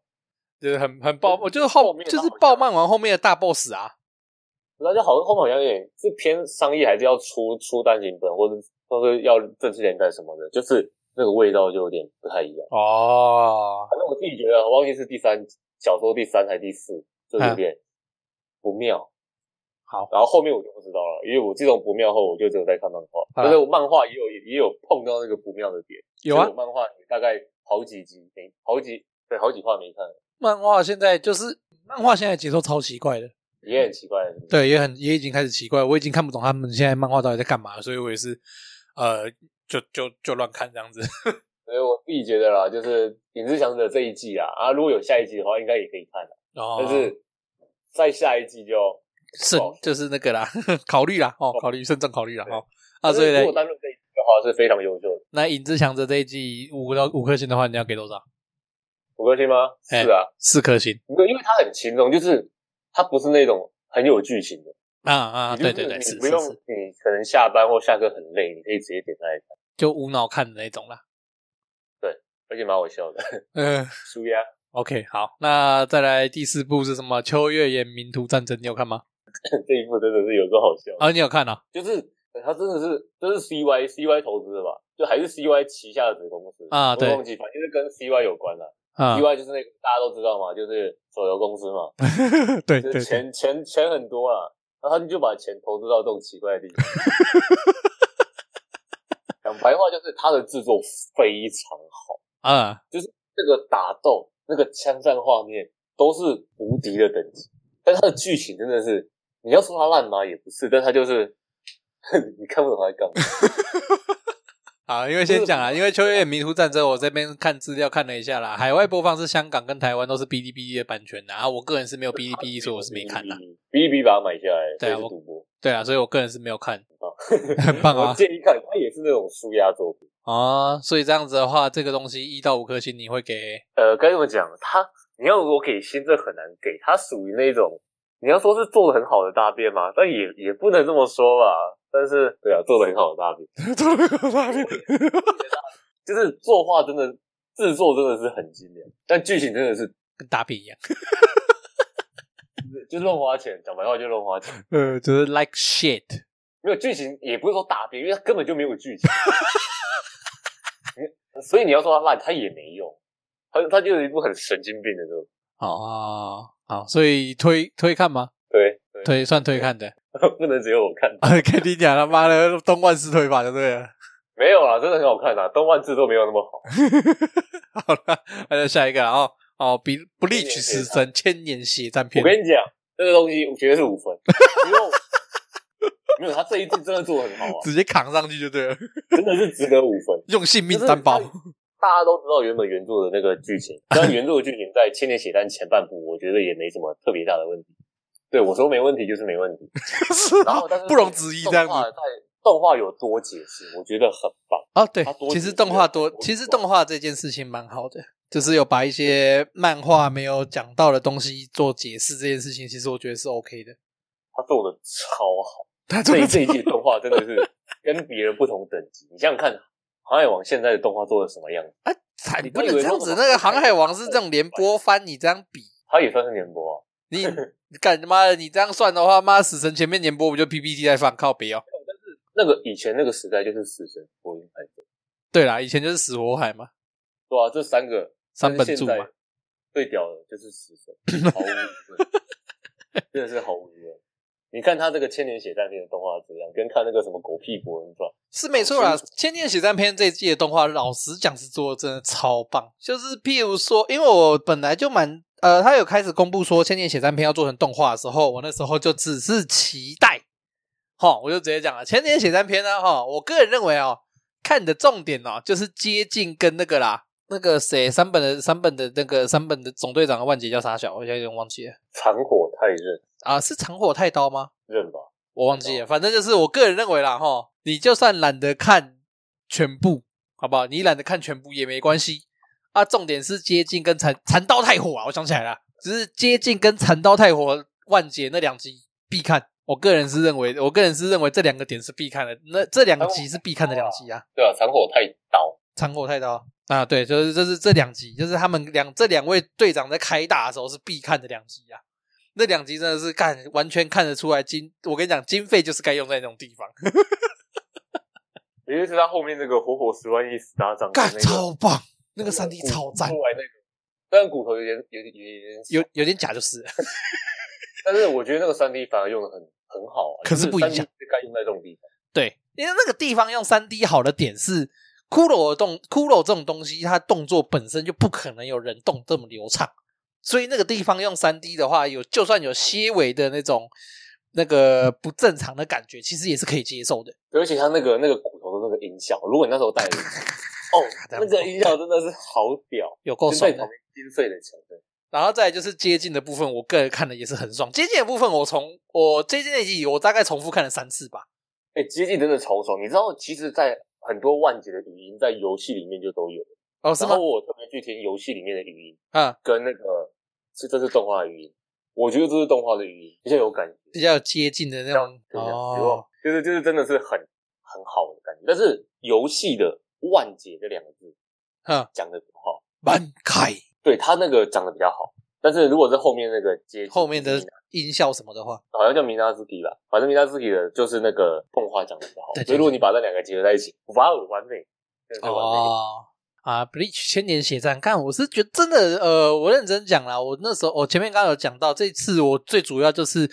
Speaker 2: 就是很很爆，我就是后
Speaker 1: 后面
Speaker 2: 就是
Speaker 1: 好像
Speaker 2: 爆漫网后面的大 boss 啊，
Speaker 1: 大家好像后面好像有点是偏商业，还是要出出单行本，或者或者要正式连载什么的，就是那个味道就有点不太一样。
Speaker 2: 哦，
Speaker 1: 反正我自己觉得，我忘记是第三小说第三还是第四，就是有点不妙。
Speaker 2: 嗯好，
Speaker 1: 然后后面我就不知道了，因为我自从不妙后，我就只有在看漫画，
Speaker 2: 啊
Speaker 1: 但是我漫画也有也有碰到那个不妙的点。
Speaker 2: 有啊
Speaker 1: 所以，我漫画大概好几集没好几对好几话没看，
Speaker 2: 漫画现在就是漫画现在节奏超奇怪的，
Speaker 1: 也很奇怪。
Speaker 2: 嗯对，也很也已经开始奇怪，我已经看不懂他们现在漫画到底在干嘛，所以我也是呃，就就就乱看这样子。
Speaker 1: 所以我自己觉得啦，就是《影之强者》这一季啊，啊，如果有下一季的话，应该也可以看的。
Speaker 2: 哦，
Speaker 1: 但是再下一季就，
Speaker 2: 慎就是那个啦， 考虑哦啦，哦，考虑慎重考虑啦，哦。啊，
Speaker 1: 但是
Speaker 2: 所以呢
Speaker 1: 如，果单论这一季的话，是非常优秀的。
Speaker 2: 那《影之强者》这一季五到五颗星的话，你要给多少？
Speaker 1: 五颗星吗？是
Speaker 2: 哎
Speaker 1: 啊，
Speaker 2: 四颗星。
Speaker 1: 因为因为它很轻松，就是它不是那种很有剧情的。
Speaker 2: 啊啊，
Speaker 1: 你就
Speaker 2: 对
Speaker 1: 是
Speaker 2: 对对，是
Speaker 1: 你不
Speaker 2: 是
Speaker 1: 用
Speaker 2: 是，
Speaker 1: 你可能下班或下课很累，你可以直接点开来看，
Speaker 2: 就无脑看的那种啦。
Speaker 1: 而且蛮好笑的。
Speaker 2: 嗯
Speaker 1: 舒压，
Speaker 2: ，OK，好，那再来第四部是什么？《秋月岩民徒战争》，你有看吗？
Speaker 1: 这一部真的是有个好笑的。
Speaker 2: 啊，你有看啊？
Speaker 1: 就是呃他真的是，这是 CY CY 投资的吧？就还是 CY 旗下的子公司
Speaker 2: 啊
Speaker 1: 我
Speaker 2: 对
Speaker 1: 忘记，反正就是跟 CY 有关的。
Speaker 2: 啊，
Speaker 1: CY 就是那个大家都知道嘛，就是手游公司嘛，
Speaker 2: 对
Speaker 1: 就
Speaker 2: 对
Speaker 1: 是
Speaker 2: 对，
Speaker 1: 钱钱钱很多啊，然后他们就把钱投资到这种奇怪的地方。讲白话就是它的制作非常好，
Speaker 2: 嗯，
Speaker 1: 那个打斗、那个枪战画面都是无敌的等级，但它的剧情真的是，你要说它烂吗？也不是，但它就是 你看不懂它在干嘛。
Speaker 2: 好，因为先讲啊，因为《秋叶原迷途战争》，我这边看资料看了一下啦，海外播放是香港跟台湾都是哔哩哔哩的版权的，啊，我个人是没有哔哩 哔哩，所以我是没看的。啊
Speaker 1: 哔哩哔哩把它买下来，
Speaker 2: 对
Speaker 1: 所
Speaker 2: 啊
Speaker 1: 以
Speaker 2: 我
Speaker 1: 是赌博。
Speaker 2: 对啊，所以我个人是没有看，
Speaker 1: 很
Speaker 2: 很棒
Speaker 1: 我
Speaker 2: 啊
Speaker 1: 建议看，它也是那种舒压作品。
Speaker 2: 哦，所以这样子的话，这个东西一到五颗星你会给
Speaker 1: 呃，该怎么讲？它你要我给星，这很难给，它属于那种你要说是做的很好的大便嘛，但也也不能这么说吧。但是对啊，做的很好的大便，
Speaker 2: 做了个大便，
Speaker 1: 就是作画真的制作真的是很精良，但剧情真的是
Speaker 2: 跟大便一样，
Speaker 1: 就乱花钱，讲白话就乱花钱。
Speaker 2: 呃，就是 like shit，
Speaker 1: 没有剧情，也不是说大便，因为它根本就没有剧情。你所以你要说它烂，它也没用，它它就是一部很神经病的这种。
Speaker 2: 哦，好，所以推推看吗？
Speaker 1: 对对，
Speaker 2: 推算推看的，
Speaker 1: 不能只有我看。
Speaker 2: 啊，跟你讲他妈的东万是推法就对了。
Speaker 1: 没有啊，真的很好看啊，动漫制作没有那么好。
Speaker 2: 好了，那就下一个了哦哦，比不
Speaker 1: 年
Speaker 2: 利取死神千年血战
Speaker 1: 我
Speaker 2: 篇，
Speaker 1: 跟你讲，这个东西我觉得是五 分，因为我没有他这一季真的做的很好 啊，
Speaker 2: 直接扛上去就对了，
Speaker 1: 真的是值得五分。
Speaker 2: 用性命担保
Speaker 1: 就。是大家都知道原本原作的那个剧情，但原作的剧情在《千年血战》前半部，我觉得也没什么特别大的问题。对我说没问题就是没问题，
Speaker 2: 是
Speaker 1: 然
Speaker 2: 啊
Speaker 1: 后但是，
Speaker 2: 不容置疑这样
Speaker 1: 动画
Speaker 2: 子
Speaker 1: 在动画有多解释，我觉得很棒。
Speaker 2: 哦。对
Speaker 1: 它多，
Speaker 2: 其
Speaker 1: 解
Speaker 2: 实
Speaker 1: 释
Speaker 2: 动
Speaker 1: 了
Speaker 2: 画
Speaker 1: 很
Speaker 2: 多
Speaker 1: 多，
Speaker 2: 其实
Speaker 1: 地
Speaker 2: 动
Speaker 1: 方
Speaker 2: 画这件事情蛮好的，就是有把一些漫画没有讲到的东西做解释，这件事情其实我觉得是 OK 的。
Speaker 1: 他做的超好，
Speaker 2: 他
Speaker 1: 这
Speaker 2: 做
Speaker 1: 一
Speaker 2: 的
Speaker 1: 这 一季的动画真的是跟别人不同等级。你想想看，航海王现在的动画做的什么样子？
Speaker 2: 啊，惨
Speaker 1: 你
Speaker 2: 你不
Speaker 1: 都以
Speaker 2: 能
Speaker 1: 为
Speaker 2: 这
Speaker 1: 说
Speaker 2: 样
Speaker 1: 什
Speaker 2: 子。
Speaker 1: 么
Speaker 2: 那个
Speaker 1: 动画
Speaker 2: 航海
Speaker 1: 有
Speaker 2: 王是
Speaker 1: 多
Speaker 2: 这种连
Speaker 1: 快
Speaker 2: 播翻，你这样比，
Speaker 1: 他也算是年播啊。
Speaker 2: 你你干他妈的，你这样算的话，妈死神前面年播不就 PPT 在放靠北哦？
Speaker 1: 那个以前那个时代就是死神、火影、海贼，
Speaker 2: 对啦，以前就是死火海嘛，
Speaker 1: 对啊，这三个
Speaker 2: 三
Speaker 1: 但
Speaker 2: 本
Speaker 1: 是
Speaker 2: 柱
Speaker 1: 现在
Speaker 2: 嘛。
Speaker 1: 最屌的就是死神， 毫无疑问，真的是毫无疑问。你看他这个《千年血战篇》的动画怎样，跟看那个什么狗屁国人传，
Speaker 2: 是没错啦，《千年血战篇》这一季的动画，老实讲是做的真的超棒。就是譬如说，因为我本来就蛮呃，他有开始公布说《千年血战篇》要做成动画的时候，我那时候就只是期待，哈，我就直接讲了，《千年血战篇》呢，哈，我个人认为哦，看的重点哦，就是接近跟那个啦，那个谁，三本的三本的那个三本的总队长的万劫叫啥小，我现在有点忘记了
Speaker 1: 长火太刃
Speaker 2: 啊，是长火太刀吗？
Speaker 1: 刃吧，
Speaker 2: 我忘记了，反正就是我个人认为啦，哈，你就算懒得看全部，好不好？你懒得看全部也没关系啊。重点是接近跟残残刀太火啊，我想起来了，只是接近跟残刀太火万劫那两集必看。我个人是认为，我个人是认为这两个点是必看的，那这两集是必看的两集啊。
Speaker 1: 对啊，长火太刀，
Speaker 2: 长火太刀啊，对，就是就是这两集，就是他们两这两位队长在开打的时候是必看的两集啊。那两集真的是干，完全看得出来经，我跟你讲，经费就是该用在那种地方，
Speaker 1: 也就是他后面那个活火十万亿十大仗，
Speaker 2: 干
Speaker 1: 那个
Speaker 2: 超棒，那个三 D 超赞
Speaker 1: 出，来那个，虽然骨头有点有点有点，
Speaker 2: 有有点假就是 了，
Speaker 1: 但是我觉得那个三 D 反而用的很很好啊，
Speaker 2: 可是
Speaker 1: 就
Speaker 2: 不一
Speaker 1: 3D
Speaker 2: 样
Speaker 1: 是该用在这种地方，
Speaker 2: 对，因为那个地方用三 D 好的点是。骷髅的动骷髅这种东西，它动作本身就不可能有人动这么流畅，所以那个地方用三 D 的话，有就算有些微的那种那个不正常的感觉，其实也是可以接受的。
Speaker 1: 对而且他那个那个骨头的那个音效，如果你那时候 戴着，哦， 那个音效真的是好屌。
Speaker 2: 有够
Speaker 1: 就
Speaker 2: 爽
Speaker 1: 在
Speaker 2: 的
Speaker 1: 旁。边心碎的墙对，
Speaker 2: 然后再来就是接近的部分，我个人看的也是很爽。接近的部分，我从我接近那集，我大概重复看了三次吧。
Speaker 1: 哎、接近真的超爽。你知道，其实，在很多万劫的语音在游戏里面就都有了，
Speaker 2: 哦，是
Speaker 1: 然
Speaker 2: 吗
Speaker 1: 后？我特别去听游戏里面的语音，
Speaker 2: 啊，
Speaker 1: 跟那个是这是动画的语音，我觉得这是动画的语音比较有感觉，
Speaker 2: 比较接近的那种
Speaker 1: 就是
Speaker 2: 哦，
Speaker 1: 就是就是真的是很很好的感觉。但是游戏的万劫这两个字
Speaker 2: 嗯，
Speaker 1: 讲的不好，
Speaker 2: 蛮开
Speaker 1: 对他那个讲的比较好，但是如果是后面那个接近啊
Speaker 2: 后面的
Speaker 1: 米娜
Speaker 2: 音效什么的话，
Speaker 1: 好像叫米娜斯基吧，反正米娜斯基的就是那个动画讲的比较好
Speaker 2: 对，对
Speaker 1: 所以如果你把这两个结合在一起，哇哦，完美，真的是完美。
Speaker 2: 哦啊，Bleach 千年血战，看我是觉得真的，呃，我认真讲啦，我那时候我前面刚刚有讲到，这次我最主要就是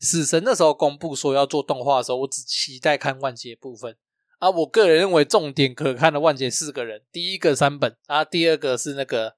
Speaker 2: 死神那时候公布说要做动画的时候，我只期待看万劫部分。啊，我个人认为重点可看的万劫四个人，第一个三本啊，第二个是那个，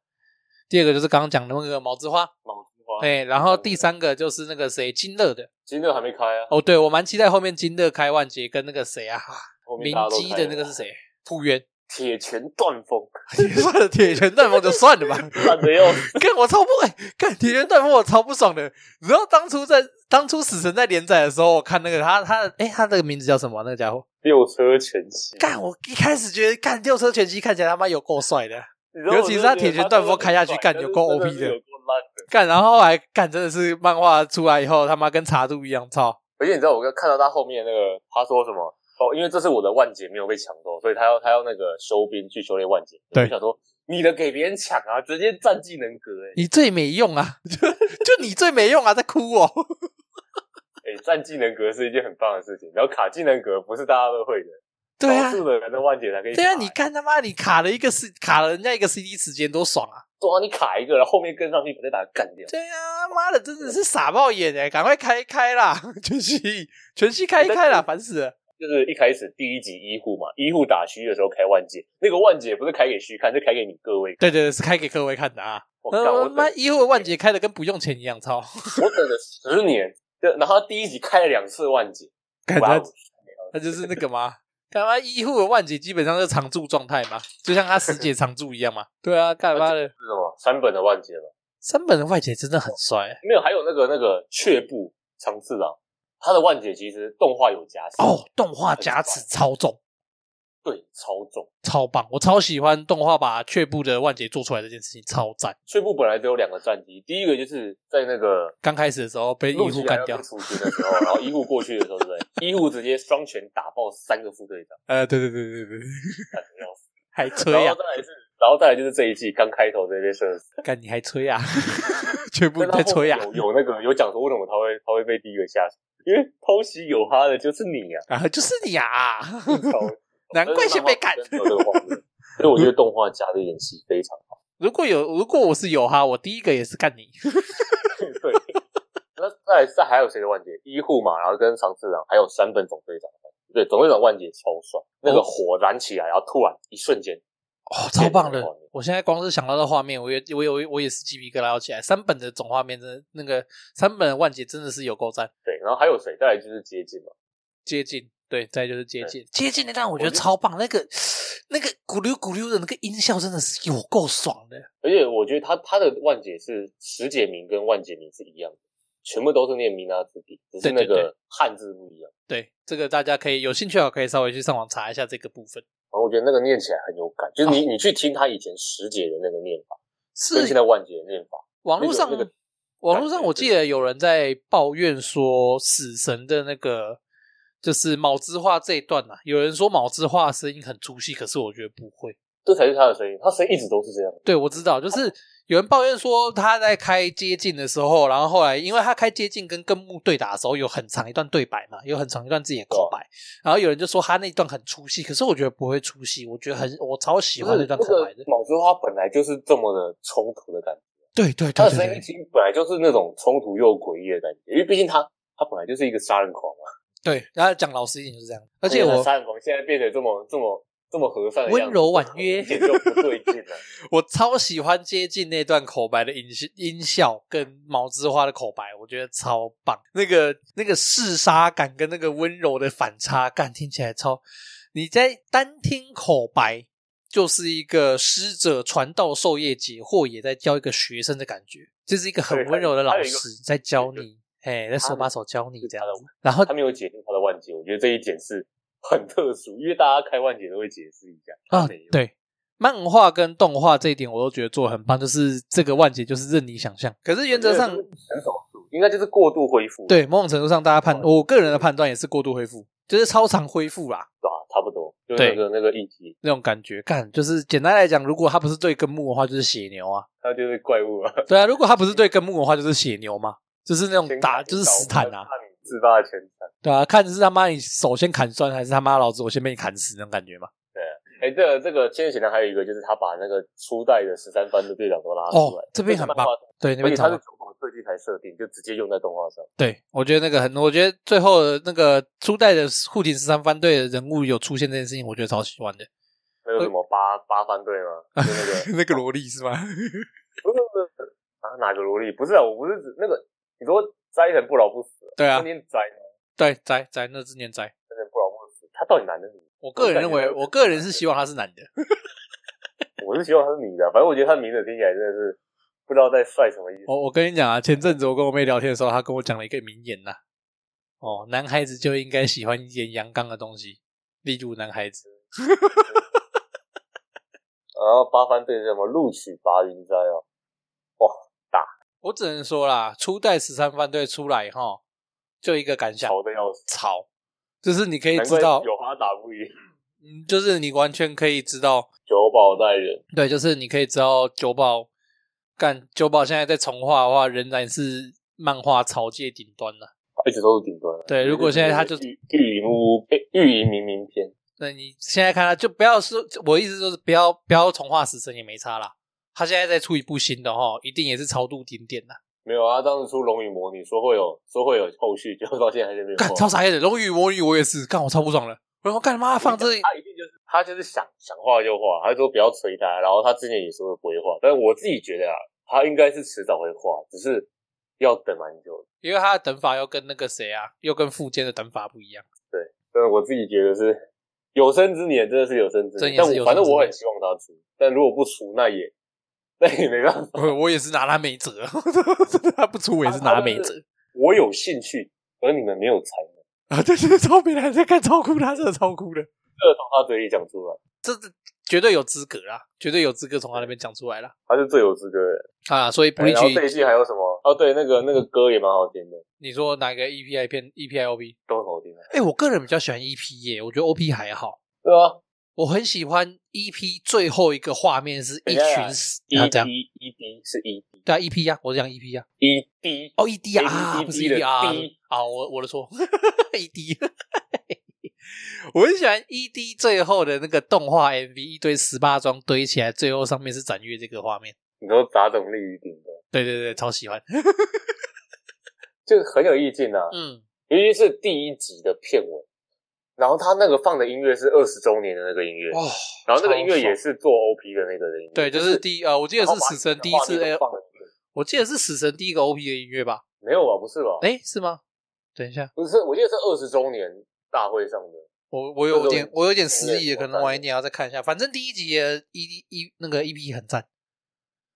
Speaker 2: 第二个就是刚刚讲的那个毛之花，
Speaker 1: 毛之花，
Speaker 2: 哎、然后第三个就是那个谁金乐的
Speaker 1: 今天还没开啊，
Speaker 2: 哦，对我蛮期待后面金乐开万劫跟那个谁啊，
Speaker 1: 后面
Speaker 2: 明
Speaker 1: 大家都
Speaker 2: 基
Speaker 1: 开
Speaker 2: 的
Speaker 1: 了
Speaker 2: 那个是？谁？复原，
Speaker 1: 铁拳断风，
Speaker 2: 也算了，铁拳断风就算了吧，
Speaker 1: 烂的要 死，
Speaker 2: 干我超不哎，干铁拳断风我超不爽的。你知道当初在当初死神在连载的时候，我看那个他他哎、他这个名字叫什么啊？那个家伙，
Speaker 1: 六车前夕。
Speaker 2: 干我一开始觉得干六车拳击看起来他妈有够帅的，
Speaker 1: 你知道我
Speaker 2: 尤其
Speaker 1: 真
Speaker 2: 是
Speaker 1: 的
Speaker 2: 他
Speaker 1: 觉
Speaker 2: 铁
Speaker 1: 得
Speaker 2: 拳
Speaker 1: 他
Speaker 2: 断
Speaker 1: 真
Speaker 2: 风
Speaker 1: 的
Speaker 2: 开下
Speaker 1: 很
Speaker 2: 去
Speaker 1: 帅
Speaker 2: 干
Speaker 1: 但
Speaker 2: 有
Speaker 1: 是
Speaker 2: 够
Speaker 1: 真的
Speaker 2: OP
Speaker 1: 是
Speaker 2: 的
Speaker 1: 有够烂的。
Speaker 2: 干然后后来干真的是漫画出来以后他妈跟茶度一样操，
Speaker 1: 而且你知道我刚看到他后面那个他说什么？哦，因为这是我的万劫没有被抢走，所以他要他要那个收兵去修炼万劫。
Speaker 2: 对
Speaker 1: 我就想说你的给别人抢啊，直接战技能格哎、
Speaker 2: 你最没用啊， 就就你最没用啊，在哭哦。
Speaker 1: 欸哎、战技能格是一件很棒的事情，然后卡技能格不是大家都会的，
Speaker 2: 对啊
Speaker 1: 少，数的人的万劫才可以卡
Speaker 2: 对
Speaker 1: 欸。
Speaker 2: 啊，你看他妈你卡了一个是卡了人家一个 CD 时间多爽啊！
Speaker 1: 对啊，你卡一个，然后后面跟上去，再把他干掉。
Speaker 2: 对啊，妈的，真的是傻爆眼哎！赶快开一开啦， 全息全息开一开啦，烦死了！
Speaker 1: 就是一开始第一集医护嘛，医护打虚的时候开万劫，那个万劫不是开给虚看，是开给你各位看。
Speaker 2: 对对对，是开给各位看的啊！
Speaker 1: 我看我
Speaker 2: 呃
Speaker 1: 等
Speaker 2: 妈，一护万劫开的跟不用钱一样 操，
Speaker 1: 我等了十年，对，然后他第一集开了两次万劫，
Speaker 2: 感
Speaker 1: 哇
Speaker 2: 觉
Speaker 1: 哦，
Speaker 2: 他就是那个嘛，干嘛医护的万劫基本上是常驻状态嘛，就像他师姐常驻一样嘛。 对啊，干嘛的？
Speaker 1: 是什么三本的万劫吧？
Speaker 2: 三本的万劫真的很帅欸
Speaker 1: 没有，还有那个那个却步长次郎，他的万劫其实动画有加持
Speaker 2: 哦，，动画夹尺超重，
Speaker 1: 对，超重。
Speaker 2: 超棒，我超喜欢动画把却步的万劫做出来这件事情，超赞。
Speaker 1: 却步本来只有两个战绩，第一个就是在那个
Speaker 2: 刚开始的时候被医
Speaker 1: 路
Speaker 2: 护
Speaker 1: 西
Speaker 2: 干掉，
Speaker 1: 出去的时候，然后医护过去的时候，对不 对？医护直接双拳打爆三个副队长，
Speaker 2: 呃，对对对对对，
Speaker 1: 干得要死
Speaker 2: 还
Speaker 1: 然
Speaker 2: 吹啊呀
Speaker 1: 后，再来是，然后再来就是这一季刚开头直接被射 死，
Speaker 2: 干你还吹啊？全部
Speaker 1: 但他
Speaker 2: 在吹啊
Speaker 1: 后！面有有那个有讲说为什么他会他会被第一个吓死，因为偷袭有他的就是你啊，
Speaker 2: 啊，就是你 啊！
Speaker 1: 超
Speaker 2: 难怪先被干。
Speaker 1: 真的有这个画面所以我觉得动画家的演戏非 常好。
Speaker 2: 如果有，如果我是有哈，我第一个也是干你。
Speaker 1: 对，那再来再还有谁的万劫？医护嘛，然后跟长次郎，还有山本总队长的万劫。对，总队长万劫超爽，那个火燃起来，然后突然一瞬间，
Speaker 2: 哦，超棒的
Speaker 1: 画面！
Speaker 2: 我现在光是想到的画面，我也我有我也是鸡皮疙瘩要起来。三本的总画面真的，那个三本的万劫真的是有够赞，
Speaker 1: 对，然后还有谁？再来就是接近嘛，
Speaker 2: 接近对，再就是接近接近那段，我觉得超棒。那个那个咕溜咕溜的那个音效真的是有够爽的。
Speaker 1: 而且我觉得他他的万劫是十解名跟万劫名是一样的，全部都是念米娜之笔，只是那
Speaker 2: 对对对
Speaker 1: 个汉字不一样。
Speaker 2: 对，这个大家可以有兴趣的话，可以稍微去上网查一下这个部分。
Speaker 1: 然后我觉得那个念起来很有感，就是你、你去听他以前十解的那个念法，跟
Speaker 2: 是
Speaker 1: 现在万劫的念法，
Speaker 2: 网络上、
Speaker 1: 那个那个
Speaker 2: 网络上我记得有人在抱怨说，死神的那个就是卯之画这一段呐、啊，有人说卯之画声音很粗细，可是我觉得不会。
Speaker 1: 这才是他的声音，他声音一直都是这样。
Speaker 2: 对，我知道，就是有人抱怨说他在开接近的时候，然后后来因为他开接近跟根木对打的时候有很长一段对白嘛，有很长一段自己的口白，然后有人就说他那一段很粗细，可是我觉得不会粗细，我觉得很我超喜
Speaker 1: 喜
Speaker 2: 欢那段口白的。
Speaker 1: 脑之花本来就是这么的冲突的感觉，
Speaker 2: 对对
Speaker 1: 他
Speaker 2: 对
Speaker 1: 的
Speaker 2: 对
Speaker 1: 声音
Speaker 2: 对，
Speaker 1: 听本来就是那种冲突又诡异的感觉，因为毕竟他他本来就是一个杀人狂嘛，
Speaker 2: 对，然后讲老实一点就是这样，而且
Speaker 1: 因为他
Speaker 2: 我
Speaker 1: 杀人狂现在变得这么这么这么和善的样子
Speaker 2: 温柔婉约
Speaker 1: 一点就不对劲 了。
Speaker 2: 我超喜欢接近那段口白的音音效跟毛之花的口白，我觉得超棒。那个那个嗜杀感跟那个温柔的反差感，听起来超。你在单听口白，就是一个师者传道授业解惑，也在教一个学生的感觉，就是一个很
Speaker 1: 对
Speaker 2: 温柔的
Speaker 1: 还
Speaker 2: 老
Speaker 1: 有一个
Speaker 2: 师在教
Speaker 1: 对
Speaker 2: 你，哎，在手把手教你这样子。然后
Speaker 1: 他没有解释他的万劫，我觉得这一点是很特殊，因为大家开万劫都会解释一下
Speaker 2: 啊
Speaker 1: 他没有，
Speaker 2: 对，漫画跟动画这一点我都觉得做得很棒，就是这个万劫就是任你想象。可是原则上
Speaker 1: 我觉，得这是很少数，应该就是过度恢复，
Speaker 2: 对某种程度上，大家判
Speaker 1: 对
Speaker 2: 我个人的判断也是过度恢复，就是超常恢复啦
Speaker 1: 吧？啊差不多，就是那个那个议题，
Speaker 2: 那种感觉。干，就是简单来讲，如果他不是对根木的话，就是血牛啊。
Speaker 1: 他就是怪物啊，
Speaker 2: 对啊，如果他不是对根木的话，就是血牛嘛，就是那种
Speaker 1: 先
Speaker 2: 打
Speaker 1: 你
Speaker 2: 就是
Speaker 1: 倒
Speaker 2: 死砍啊
Speaker 1: 看。你自发的全残。
Speaker 2: 对啊，看是他妈你首先砍酸，还是他妈老子我先被你砍死那种感觉嘛。
Speaker 1: 对啊哎、这个这个《千与千寻》还有一个就是他把那个初代的十三番的队长都拉出来，
Speaker 2: 哦这边很棒
Speaker 1: 漫画中，
Speaker 2: 对，那
Speaker 1: 而且
Speaker 2: 边
Speaker 1: 他
Speaker 2: 超
Speaker 1: 是九孔设计才设定，就直接用在动画上。
Speaker 2: 对，我觉得那个很，我觉得最后的那个初代的护庭十三番队的人物有出现这件事情，我觉得超喜欢的。
Speaker 1: 那
Speaker 2: 呃
Speaker 1: 个什么八八番队吗？就那个
Speaker 2: 那个萝莉是吗？
Speaker 1: 不是不是不是啊，哪个萝莉？不是啊，我不是指那个，你说斋藤不老不死，
Speaker 2: 对啊
Speaker 1: 中，间斋呢
Speaker 2: 对，宅宅那之年宅，
Speaker 1: 斋藤不老不死，他到底男的是女的？
Speaker 2: 我个人认为，
Speaker 1: 我感觉
Speaker 2: 我个人是希望他是男的。
Speaker 1: 我是希望他是女的啊，反正我觉得他名字听起来真的是不知道在帅什么意思。
Speaker 2: 我我跟你讲啊，前阵子我跟我妹聊天的时候，她跟我讲了一个名言呐、哦，男孩子就应该喜欢一点阳刚的东西，例如男孩子。
Speaker 1: 然后八番队是什么？录取拔云斋哦，
Speaker 2: 我只能说啦，初代十三番队出来哈，就一个感想，
Speaker 1: 吵的要死，
Speaker 2: 吵，就是你可以
Speaker 1: 难
Speaker 2: 知
Speaker 1: 怪
Speaker 2: 道，
Speaker 1: 有哈打不赢。
Speaker 2: 嗯，就是你完全可以知道，
Speaker 1: 九保带人，
Speaker 2: 对，就是你可以知道九保干九保现在在重画的话，仍然是漫画潮界顶端了。
Speaker 1: 一直都是顶端的。
Speaker 2: 对，如果现在他就
Speaker 1: 玉玉影屋被玉影明明篇，
Speaker 2: 那你现在看他，就不要说，我意思就是不要不要重画死神也没差啦。他现在再出一部新的哈，一定也是超度顶点的。
Speaker 1: 没有啊？当时出《龙与魔女》说会有说会有后续，结果到现在还是没有
Speaker 2: 干
Speaker 1: 后续。
Speaker 2: 超傻眼的，《龙与魔女》我也是，干我超不爽了。我说干他妈放这里，
Speaker 1: 他一定就是他就是想想画就画，他说不要催他，然后他之前也说不会画，但我自己觉得啊，他应该是迟早会画，只是要等蛮久的。
Speaker 2: 因为他的等法又跟那个谁啊，又跟富坚的等法不一样。
Speaker 1: 但是我自己觉得是有生之年，真的是有生之
Speaker 2: 真
Speaker 1: 年。
Speaker 2: 也
Speaker 1: 但
Speaker 2: 是有生之年
Speaker 1: 我反正我很希望他出，但如果不出，那也那也没办法。
Speaker 2: 我我也是拿他没辙， 他不出我也是拿他没辙
Speaker 1: 我有兴趣，而你们没有才能，
Speaker 2: 啊！ 对对，对超美男在看超酷，他真的超酷的，
Speaker 1: 这从他嘴里讲出来，
Speaker 2: 这这绝对有资格啦，绝对有资格从他那边讲出来啦。
Speaker 1: 他是最有资格的人。
Speaker 2: 啊！所以不
Speaker 1: 哎
Speaker 2: 利
Speaker 1: 然后这一
Speaker 2: 去，
Speaker 1: 季还有什么？哦，对，那个那个歌也蛮好听的，
Speaker 2: 你说哪个 EPI 片，E EPIOP？
Speaker 1: 都很好听的。
Speaker 2: 哎、我个人比较喜欢 EP 耶，我觉得 OP 还好。
Speaker 1: 对啊
Speaker 2: 我很喜欢 EP 最后一个画面是
Speaker 1: 等
Speaker 2: 一
Speaker 1: 一下
Speaker 2: 群死，啊
Speaker 1: ，E
Speaker 2: 这样
Speaker 1: D E D 是 E D
Speaker 2: 对啊 EP 呀、我讲 EP 呀、
Speaker 1: E D
Speaker 2: 哦 ED 呀、啊，
Speaker 1: AD
Speaker 2: 不是
Speaker 1: 的
Speaker 2: ED 啊
Speaker 1: D
Speaker 2: 啊，我我的错 ED，我很喜欢 ED 最后的那个动画 MV，一堆十八装堆起来，最后上面是展越这个画面，
Speaker 1: 你说杂种立于顶的，
Speaker 2: 对对对，超喜欢，
Speaker 1: 就很有意境啊。
Speaker 2: 嗯，
Speaker 1: 尤其是第一集的片尾，然后他那个放的音乐是二十周年的那个音乐，
Speaker 2: 哦，
Speaker 1: 然后那个音乐
Speaker 2: 超爽
Speaker 1: 也是做 OP 的那个的音乐，
Speaker 2: 对，就是第呃，我记得
Speaker 1: 然
Speaker 2: 是
Speaker 1: 后把
Speaker 2: 死神第
Speaker 1: 整个画
Speaker 2: 一次，
Speaker 1: 面
Speaker 2: 哎
Speaker 1: 都放了进去
Speaker 2: 我记得是死神第一个 OP 的音乐吧？
Speaker 1: 没有啊吧？不是吧？
Speaker 2: 哎，是吗？等一下，
Speaker 1: 不是，我记得是二十周年大会上的，
Speaker 2: 我我有点我有点失忆了，可能晚一点要再看一下。反正第一集的 E D 一那个 E P 很赞，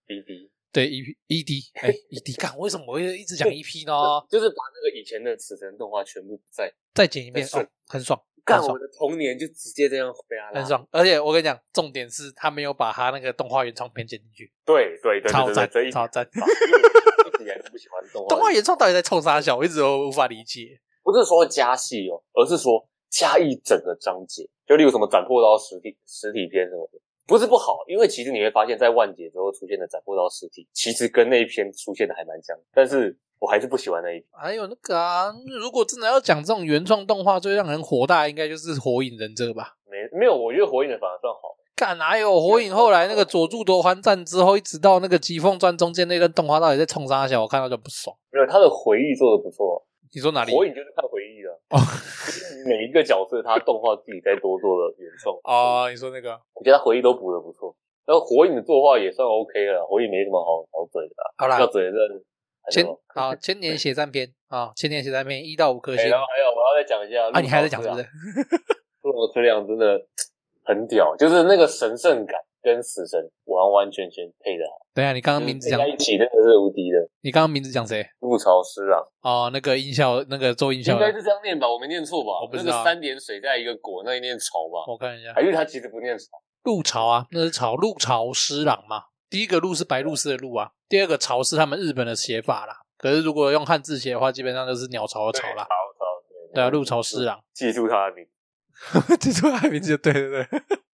Speaker 1: E D
Speaker 2: 对 E P E D 哎 E D 干，为什么我会一直讲 E P 呢？
Speaker 1: 就是把那个以前的死神动画全部再
Speaker 2: 再剪一遍，
Speaker 1: 很爽
Speaker 2: 哦，很爽，
Speaker 1: 干
Speaker 2: 很
Speaker 1: 我
Speaker 2: 爽，
Speaker 1: 的童年就直接这样被他拉
Speaker 2: 很爽。而且我跟你讲，重点是他没有把他那个动画原创片剪进去，
Speaker 1: 对对对
Speaker 2: 超
Speaker 1: 对对
Speaker 2: 赞
Speaker 1: 对，这一，
Speaker 2: 超赞。
Speaker 1: 点吧因为我一直以来都不喜欢动画，
Speaker 2: 动画原创到底在冲啥小，我一直都无法理解。
Speaker 1: 不是说加戏哦，而是说加一整个章节，就例如什么斩破刀实体实体篇什么的，不是不好，因为其实你会发现在万劫之后出现的斩破刀实体，其实跟那一篇出现的还蛮像，但是我还是不喜欢那一篇。
Speaker 2: 还有那个啊，如果真的要讲这种原创动画最让人火大，应该就是《火影忍者》吧。
Speaker 1: 没没有，我觉得火影的反而算好，
Speaker 2: 干哪有火影？后来那个佐助夺环战之后，一直到那个疾风传中间那段动画，到底在冲啥小？我看到就不爽。
Speaker 1: 没有他的回忆做的不错。
Speaker 2: 你说哪里？
Speaker 1: 火影就是看回忆的，
Speaker 2: 哦
Speaker 1: 每一个角色他动画自己再多做了原创，
Speaker 2: 啊、你说那个？
Speaker 1: 我觉得他回忆都补的不错。然后火影的作画也算 OK 了，火影没什么好好嘴的啦，
Speaker 2: 好啦
Speaker 1: 要，嘴的还是
Speaker 2: 千
Speaker 1: 什么
Speaker 2: 啊，千年血战篇啊，千年血战篇一到五颗
Speaker 1: 哎
Speaker 2: 星
Speaker 1: 然后还嗯有我要再讲一下
Speaker 2: 啊，你还在讲是不是？？
Speaker 1: 陆老师量真的很屌，就是那个神圣感跟死神完完全全配的好，
Speaker 2: 等一下，你刚刚
Speaker 1: 就是
Speaker 2: 名字
Speaker 1: 配
Speaker 2: 讲，
Speaker 1: 在一起真的是无敌的。
Speaker 2: 你刚刚名字讲谁？
Speaker 1: 陆潮师啊，
Speaker 2: 哦，那个音效，那个做音效
Speaker 1: 应该
Speaker 2: 的，
Speaker 1: 是这样念吧？我没念错吧？
Speaker 2: 我不知
Speaker 1: 那
Speaker 2: 道啊
Speaker 1: 个
Speaker 2: 哦
Speaker 1: 三点水在一个果，那一念潮吧？
Speaker 2: 我看一下
Speaker 1: 还，是他其实不念潮？
Speaker 2: 陆潮啊，那是潮，陆潮师郎嘛。第一个陆是白鹭鸶的鹭啊，第二个潮是他们日本的写法啦。可是如果用汉字写的话，基本上就是鸟巢的巢
Speaker 1: 潮。
Speaker 2: 啦
Speaker 1: 潮，
Speaker 2: 对啊，陆潮师郎。
Speaker 1: 记住他的名字。
Speaker 2: 记住他的名字就对对对，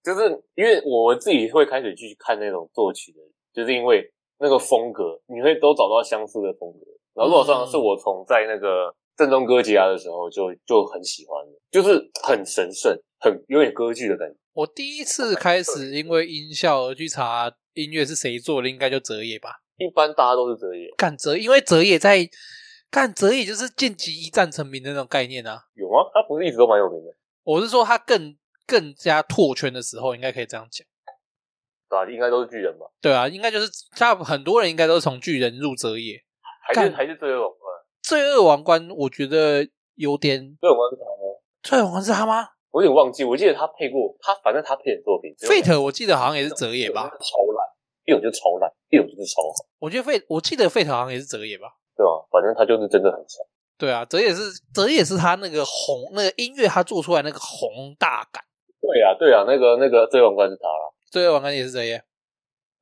Speaker 1: 就是因为我自己会开始去看那种作曲的，就是因为那个风格，你会都找到相似的风格。然后陆老
Speaker 2: 嗯
Speaker 1: 上是我从在那个正宗歌吉亚的时候就就很喜欢的，就是很神圣，很有点歌剧的感觉。
Speaker 2: 我第一次开始因为音效而去查音乐是谁做的，应该就泽野吧？
Speaker 1: 一般大家都是折页，
Speaker 2: 干泽，因为泽野在干泽野就是晋级一战成名的那种概念啊。
Speaker 1: 有吗？他不是一直都蛮有名的，
Speaker 2: 我是说他更更加拓圈的时候，应该可以这样讲。
Speaker 1: 对啊吧、应该都是巨人吧？
Speaker 2: 对啊，应该就是他很多人应该都是从巨人入泽野。
Speaker 1: 还是
Speaker 2: 干
Speaker 1: 还是嗯罪恶王冠？
Speaker 2: 罪恶王冠，我觉得有点
Speaker 1: 罪恶王冠是他吗？
Speaker 2: 罪恶王冠是他吗
Speaker 1: 我有点忘记，我记得他配过他，反正他配的作品只有两
Speaker 2: ？Fate 我记得好像也是泽野吧？
Speaker 1: 种超烂，一种就是超烂，一种就是超好，
Speaker 2: 我觉得 Fate 我记得 Fate 好像也是泽野吧？
Speaker 1: 对吧？反正他就是真的很强。
Speaker 2: 对啊，泽野是泽野是他那个宏那个音乐他做出来那个宏大感，
Speaker 1: 对啊，对啊，那个那个罪恶王冠是他啦，
Speaker 2: 罪恶王冠也是泽野。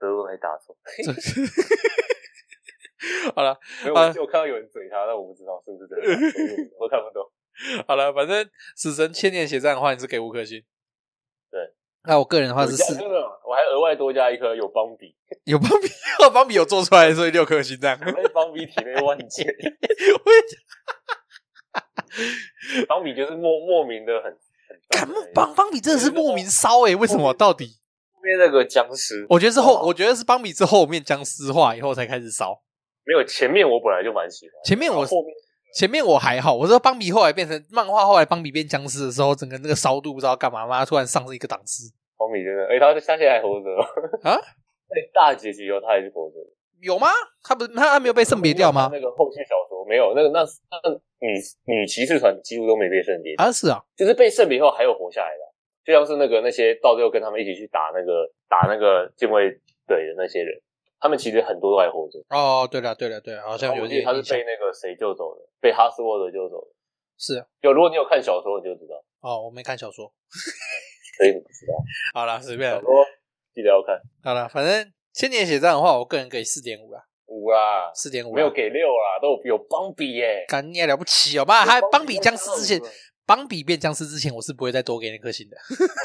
Speaker 1: 罪恶王冠还打错。
Speaker 2: 好了
Speaker 1: 没有，
Speaker 2: 啊
Speaker 1: 我我看到有人嘴他，但我不知道是不是真 的，我看不懂。
Speaker 2: 好了，反正死神千年血战的话，你是给五颗星。
Speaker 1: 对，
Speaker 2: 那我个人的话
Speaker 1: 我
Speaker 2: 是
Speaker 1: 加
Speaker 2: 四，
Speaker 1: 那个我还额外多加一颗有邦比，
Speaker 2: 有邦比， 有邦比有做出来，所以六颗星这样。
Speaker 1: 我在邦比体内万 剑，
Speaker 2: 我也
Speaker 1: 邦比就是莫莫名的很很
Speaker 2: 感冒
Speaker 1: 棒的
Speaker 2: 邦邦比真的是莫名烧诶、欸为什么？到底
Speaker 1: 后面那个僵尸，
Speaker 2: 我觉得是后，
Speaker 1: 哦
Speaker 2: 我觉得是邦比是后面僵尸化以后才开始烧。
Speaker 1: 没有前面我本来就蛮喜欢，
Speaker 2: 前面我
Speaker 1: 然后后面
Speaker 2: 前面我还好，我说邦比后来变成漫画，后来邦比变僵尸的时候，整个那个烧度不知道干嘛，妈突然上了一个档次。
Speaker 1: 邦比真的，哎，他他现在还活着哦
Speaker 2: 啊？
Speaker 1: 在大结局以后他还是活着的，
Speaker 2: 有吗？他不是他他没有被圣别掉吗
Speaker 1: 那？个后续小说没有，那个那那女女骑士团几乎都没被圣别，
Speaker 2: 啊是啊，
Speaker 1: 就是被圣别以后还有活下来的啊，就像是那个那些到最后跟他们一起去打那个打那个禁卫队的那些人，他们其实很多都还活着。
Speaker 2: 哦对了对了对了，好像有
Speaker 1: 我
Speaker 2: 点
Speaker 1: 记得他是
Speaker 2: 印象
Speaker 1: 被那个谁救走的，被哈斯沃德救走的。
Speaker 2: 是啊
Speaker 1: 就如果你有看小说，你就知道，
Speaker 2: 哦，我没看小说。
Speaker 1: 所以你不知道
Speaker 2: 好了，随便
Speaker 1: 小
Speaker 2: 了
Speaker 1: 说记得要看。
Speaker 2: 好了，反正千年血战的话，我个人给四点五啦，
Speaker 1: 五啦，
Speaker 2: 四点五
Speaker 1: 没有给六啦，都有有邦比耶、
Speaker 2: 干你也了不起哦吧？还邦比僵尸之前
Speaker 1: 有，
Speaker 2: 邦比变僵尸之前，我是不会再多给那颗星的。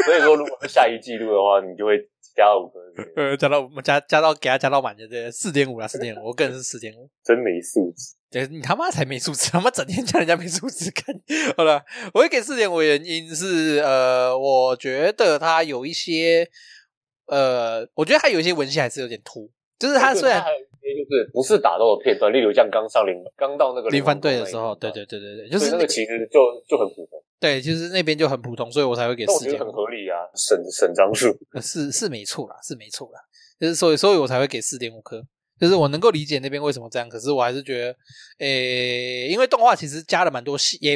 Speaker 1: 所以说如果是下一季度的话，你就会加到五颗星，
Speaker 2: 呃，加到我们加加到给他加到满就对，四点五啦，四点五，我个人是四点五。
Speaker 1: 真没素质。
Speaker 2: 对你他妈才没素质，他妈整天叫人家没素质看。好了，我会给四点五，原因是呃，我觉得他有一些呃，我觉得他有一些文戏还是有点突，就是他虽然
Speaker 1: 还有一些就是不是打斗的片段，例如像刚上零刚到那个
Speaker 2: 林
Speaker 1: 番
Speaker 2: 番队的时候，对，对对对对，就
Speaker 1: 所
Speaker 2: 是
Speaker 1: 以那个
Speaker 2: 那
Speaker 1: 其实就就很普通，
Speaker 2: 对，就是那边就很普通，所以我才会给
Speaker 1: 但我
Speaker 2: 四
Speaker 1: 觉得
Speaker 2: 点
Speaker 1: 很
Speaker 2: 五，
Speaker 1: 合理啊，省省张数。
Speaker 2: 呃是是没错啦，是没错啦，就是所以所以我才会给四点五颗。就是我能够理解那边为什么这样，可是我还是觉得，诶、因为动画其实加了蛮多戏，也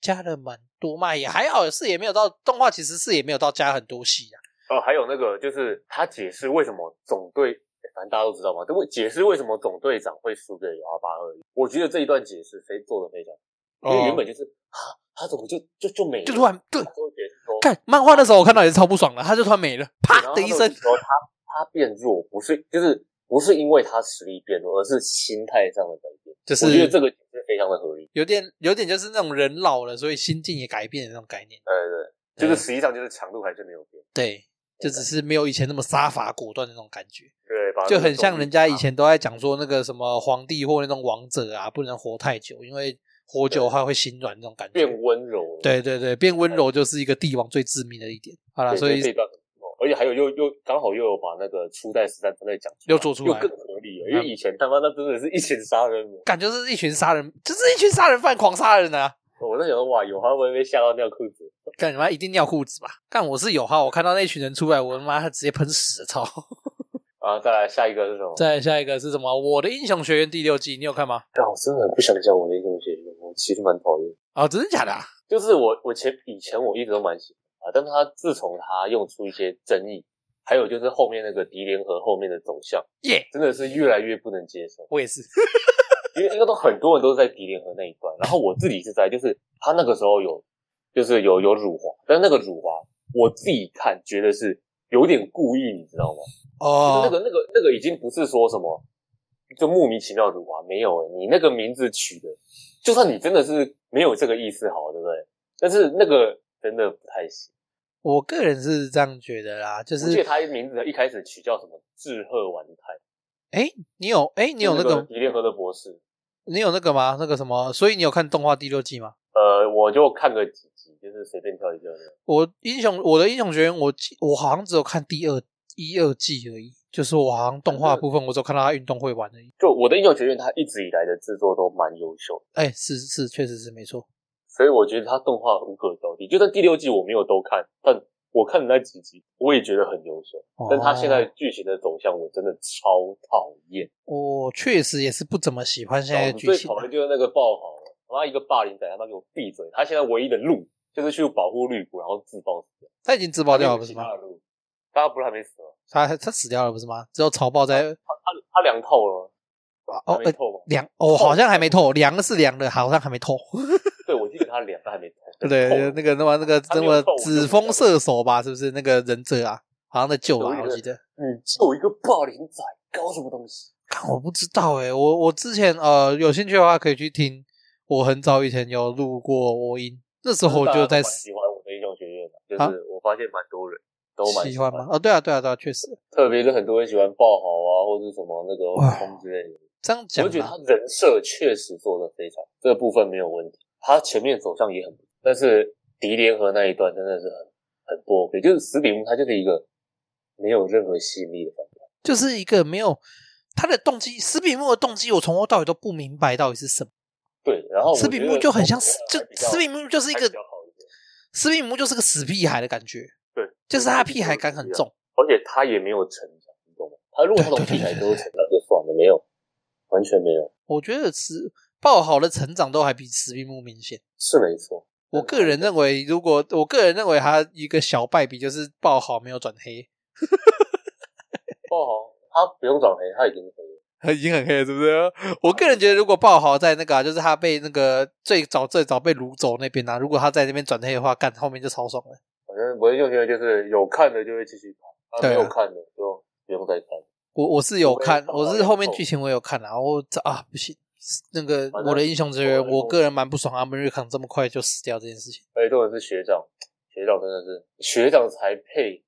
Speaker 2: 加了蛮多嘛，也还好，是也没有到动画其实是也没有到加很多戏啊。
Speaker 1: 哦，还有那个就是他解释为什么总队，反正大家都知道嘛，对不？解释为什么总队长会输给尤阿巴二，我觉得这一段解释谁做的非常好，因为原本就是啊，他怎么就就就没了
Speaker 2: 哦就突然对
Speaker 1: 他就会解释说，
Speaker 2: 看漫画的时候，我看到也是超不爽的，他就突然没了，
Speaker 1: 然
Speaker 2: 啪
Speaker 1: 后
Speaker 2: 的
Speaker 1: 他
Speaker 2: 一
Speaker 1: 就
Speaker 2: 声，
Speaker 1: 说他他变弱，不是就是不是因为他实力变弱，而是心态上的改变。
Speaker 2: 就
Speaker 1: 我觉得
Speaker 2: 是
Speaker 1: 这个解释非常的合理。
Speaker 2: 有点有点就是那种人老了，所以心境也改变的那种概念。
Speaker 1: 对对，就是实际上就是强度还是没有变。
Speaker 2: 对，就只是没有以前那么杀伐果断的那种感觉，
Speaker 1: 对，把那个
Speaker 2: 就很像
Speaker 1: 动力
Speaker 2: 人家以
Speaker 1: 打
Speaker 2: 前都在讲说那个什么皇帝或那种王者啊，不能活太久，因为活久的话会心软那种感觉。
Speaker 1: 变温柔了。
Speaker 2: 对对对，变温柔就是一个帝王最致命的一点。好了，
Speaker 1: 对
Speaker 2: 所以
Speaker 1: 这一段很不错，而且还有又又刚好又有把那个初代十三团队讲出来，
Speaker 2: 又做出来嗯
Speaker 1: 又更合理了。因为以前他妈那真的是一群杀人魔，
Speaker 2: 感就是一群杀人，就是一群杀人犯狂杀人啊！
Speaker 1: 我在想说哇，有他会不会被吓到尿裤子？
Speaker 2: 干你妈一定尿裤子吧？干我是有哈，我看到那群人出来，我他妈直接喷屎， 操！
Speaker 1: 啊，再来下一个是什么？
Speaker 2: 再来下一个是什么？我的英雄学院第六季，你有看吗？
Speaker 1: 哎但我真的很不想讲我的英雄学院，我其实蛮讨厌。
Speaker 2: 哦，真的假的、啊？
Speaker 1: 就是我我前以前我一直都蛮喜欢他，但他自从他用出一些争议，还有就是后面那个敌联合后面的走向，
Speaker 2: 耶、
Speaker 1: 真的是越来越不能接受。
Speaker 2: 我也是。
Speaker 1: 因为应该都很多人都是在敌联合那一段，然后我自己是在就是他那个时候有就是有有辱华，但那个辱华我自己看觉得是有点故意，你知道吗？
Speaker 2: 哦，
Speaker 1: 就是那个那个那个已经不是说什么就莫名其妙辱华，没有、欸、你那个名字取的，就算你真的是没有这个意思好，对不对？但是那个真的不太行。
Speaker 2: 我个人是这样觉得啦，就
Speaker 1: 我记得
Speaker 2: 是
Speaker 1: 他名字一开始取叫什么志贺丸太，
Speaker 2: 哎、你有哎、你有那
Speaker 1: 就是
Speaker 2: 个
Speaker 1: 敌联合的博士，
Speaker 2: 你有那个吗？那个什么？所以你有看动画第六季吗？
Speaker 1: 呃，我就看个几集，就是随便挑一个那种。
Speaker 2: 我英雄我的英雄学院，我记我好像只有看第二一二季而已，就是我好像动画部分我只有看到他运动会玩而已。
Speaker 1: 就我的英雄学院，它一直以来的制作都蛮优秀的，
Speaker 2: 哎，是是，确实是没错。
Speaker 1: 所以我觉得它动画无可挑剔。就算第六季我没有都看，但我看的那几集我也觉得很优秀。
Speaker 2: 哦
Speaker 1: 但它现在剧情的走向，我真的超讨厌。
Speaker 2: 我确实也是不怎么喜欢现
Speaker 1: 然
Speaker 2: 在
Speaker 1: 后
Speaker 2: 的剧
Speaker 1: 哦最
Speaker 2: 情
Speaker 1: 讨。厌就是那个爆豪，他妈一个霸凌仔，他妈给我闭嘴！他现在唯一的路就是去保护绿谷，然后自爆死掉。
Speaker 2: 他已经自爆掉了不是
Speaker 1: 其
Speaker 2: 吗
Speaker 1: 他？的路，大家不是还没死吗？
Speaker 2: 他他死掉了不是吗？只有草爆在
Speaker 1: 他他他凉透了吗，
Speaker 2: 哦
Speaker 1: 还没
Speaker 2: 呃
Speaker 1: 透吗？
Speaker 2: 凉哦，好像还没透，凉是凉的，好像还没透。
Speaker 1: 对，我记得他凉，但还没透。透
Speaker 2: 对，
Speaker 1: 了
Speaker 2: 那个那么那个
Speaker 1: 他
Speaker 2: 什
Speaker 1: 没有
Speaker 2: 么
Speaker 1: 透我就
Speaker 2: 紫
Speaker 1: 不
Speaker 2: 风
Speaker 1: 知道
Speaker 2: 射手吧，是不是那个忍者啊？好像在救
Speaker 1: 有一
Speaker 2: 吧，
Speaker 1: 个
Speaker 2: 我记得。
Speaker 1: 你就一个霸凌仔，搞什么东西？
Speaker 2: 看我不知道诶、我我之前呃有兴趣的话可以去听，我很早以前有录过播音，那时候我就
Speaker 1: 大家
Speaker 2: 在
Speaker 1: 都蛮喜欢我的英雄学院的，
Speaker 2: 啊
Speaker 1: 就是我发现蛮多人都蛮
Speaker 2: 喜欢吗？？哦，对啊，对啊，对啊，确实
Speaker 1: 特别是很多人喜欢爆豪啊，或者什么那个
Speaker 2: 哇
Speaker 1: 空之类的。
Speaker 2: 这样
Speaker 1: 我
Speaker 2: 讲
Speaker 1: 就
Speaker 2: 啊
Speaker 1: 觉得
Speaker 2: 吧
Speaker 1: 他。人设确实做的非常，这个部分没有问题。他前面走向也很，但是迪联合那一段真的是很很不 OK。就是死比目，他就是一个没有任何吸引力的反派。
Speaker 2: 就是一个没有他的动机，斯比木的动机，我从头到尾都不明白到底是什么。
Speaker 1: 对，然后
Speaker 2: 斯比木就很像死，就斯比
Speaker 1: 目
Speaker 2: 木就是一个斯比木就是个死屁孩的感觉，
Speaker 1: 对，
Speaker 2: 就是他屁孩感很
Speaker 1: 啊
Speaker 2: 重。
Speaker 1: 而且他也没有成长，你懂吗？他如果他
Speaker 2: 对
Speaker 1: 从
Speaker 2: 对
Speaker 1: 屁孩
Speaker 2: 对
Speaker 1: 都成长就算了，没有，完全没有，
Speaker 2: 我觉得是爆豪的成长都还比斯比木明显。
Speaker 1: 是没错。
Speaker 2: 我个人认为，如果我个人认为他一个小败笔就是爆豪没有转黑，
Speaker 1: 爆豪他哦不用长黑，他已经黑了。
Speaker 2: 已经很黑了，是不
Speaker 1: 哦
Speaker 2: 是？我个人觉得，如果爆豪在那个、啊，就是他被那个最早最早被掳走那边啊，如果他在那边转黑的话，干后面就超爽了。
Speaker 1: 反正我的就觉得就是有看的就会继续看，啊
Speaker 2: 对啊
Speaker 1: 没有看的就不用再看。
Speaker 2: 我我是有看，
Speaker 1: 我也
Speaker 2: 我是后面剧情我有看啊，我这啊不行，那个
Speaker 1: 反正
Speaker 2: 我的英雄之源，
Speaker 1: 我
Speaker 2: 我个人蛮不爽，阿门瑞康这么快就死掉这件事情，
Speaker 1: 而且重点是学长，学长真的是学长才配。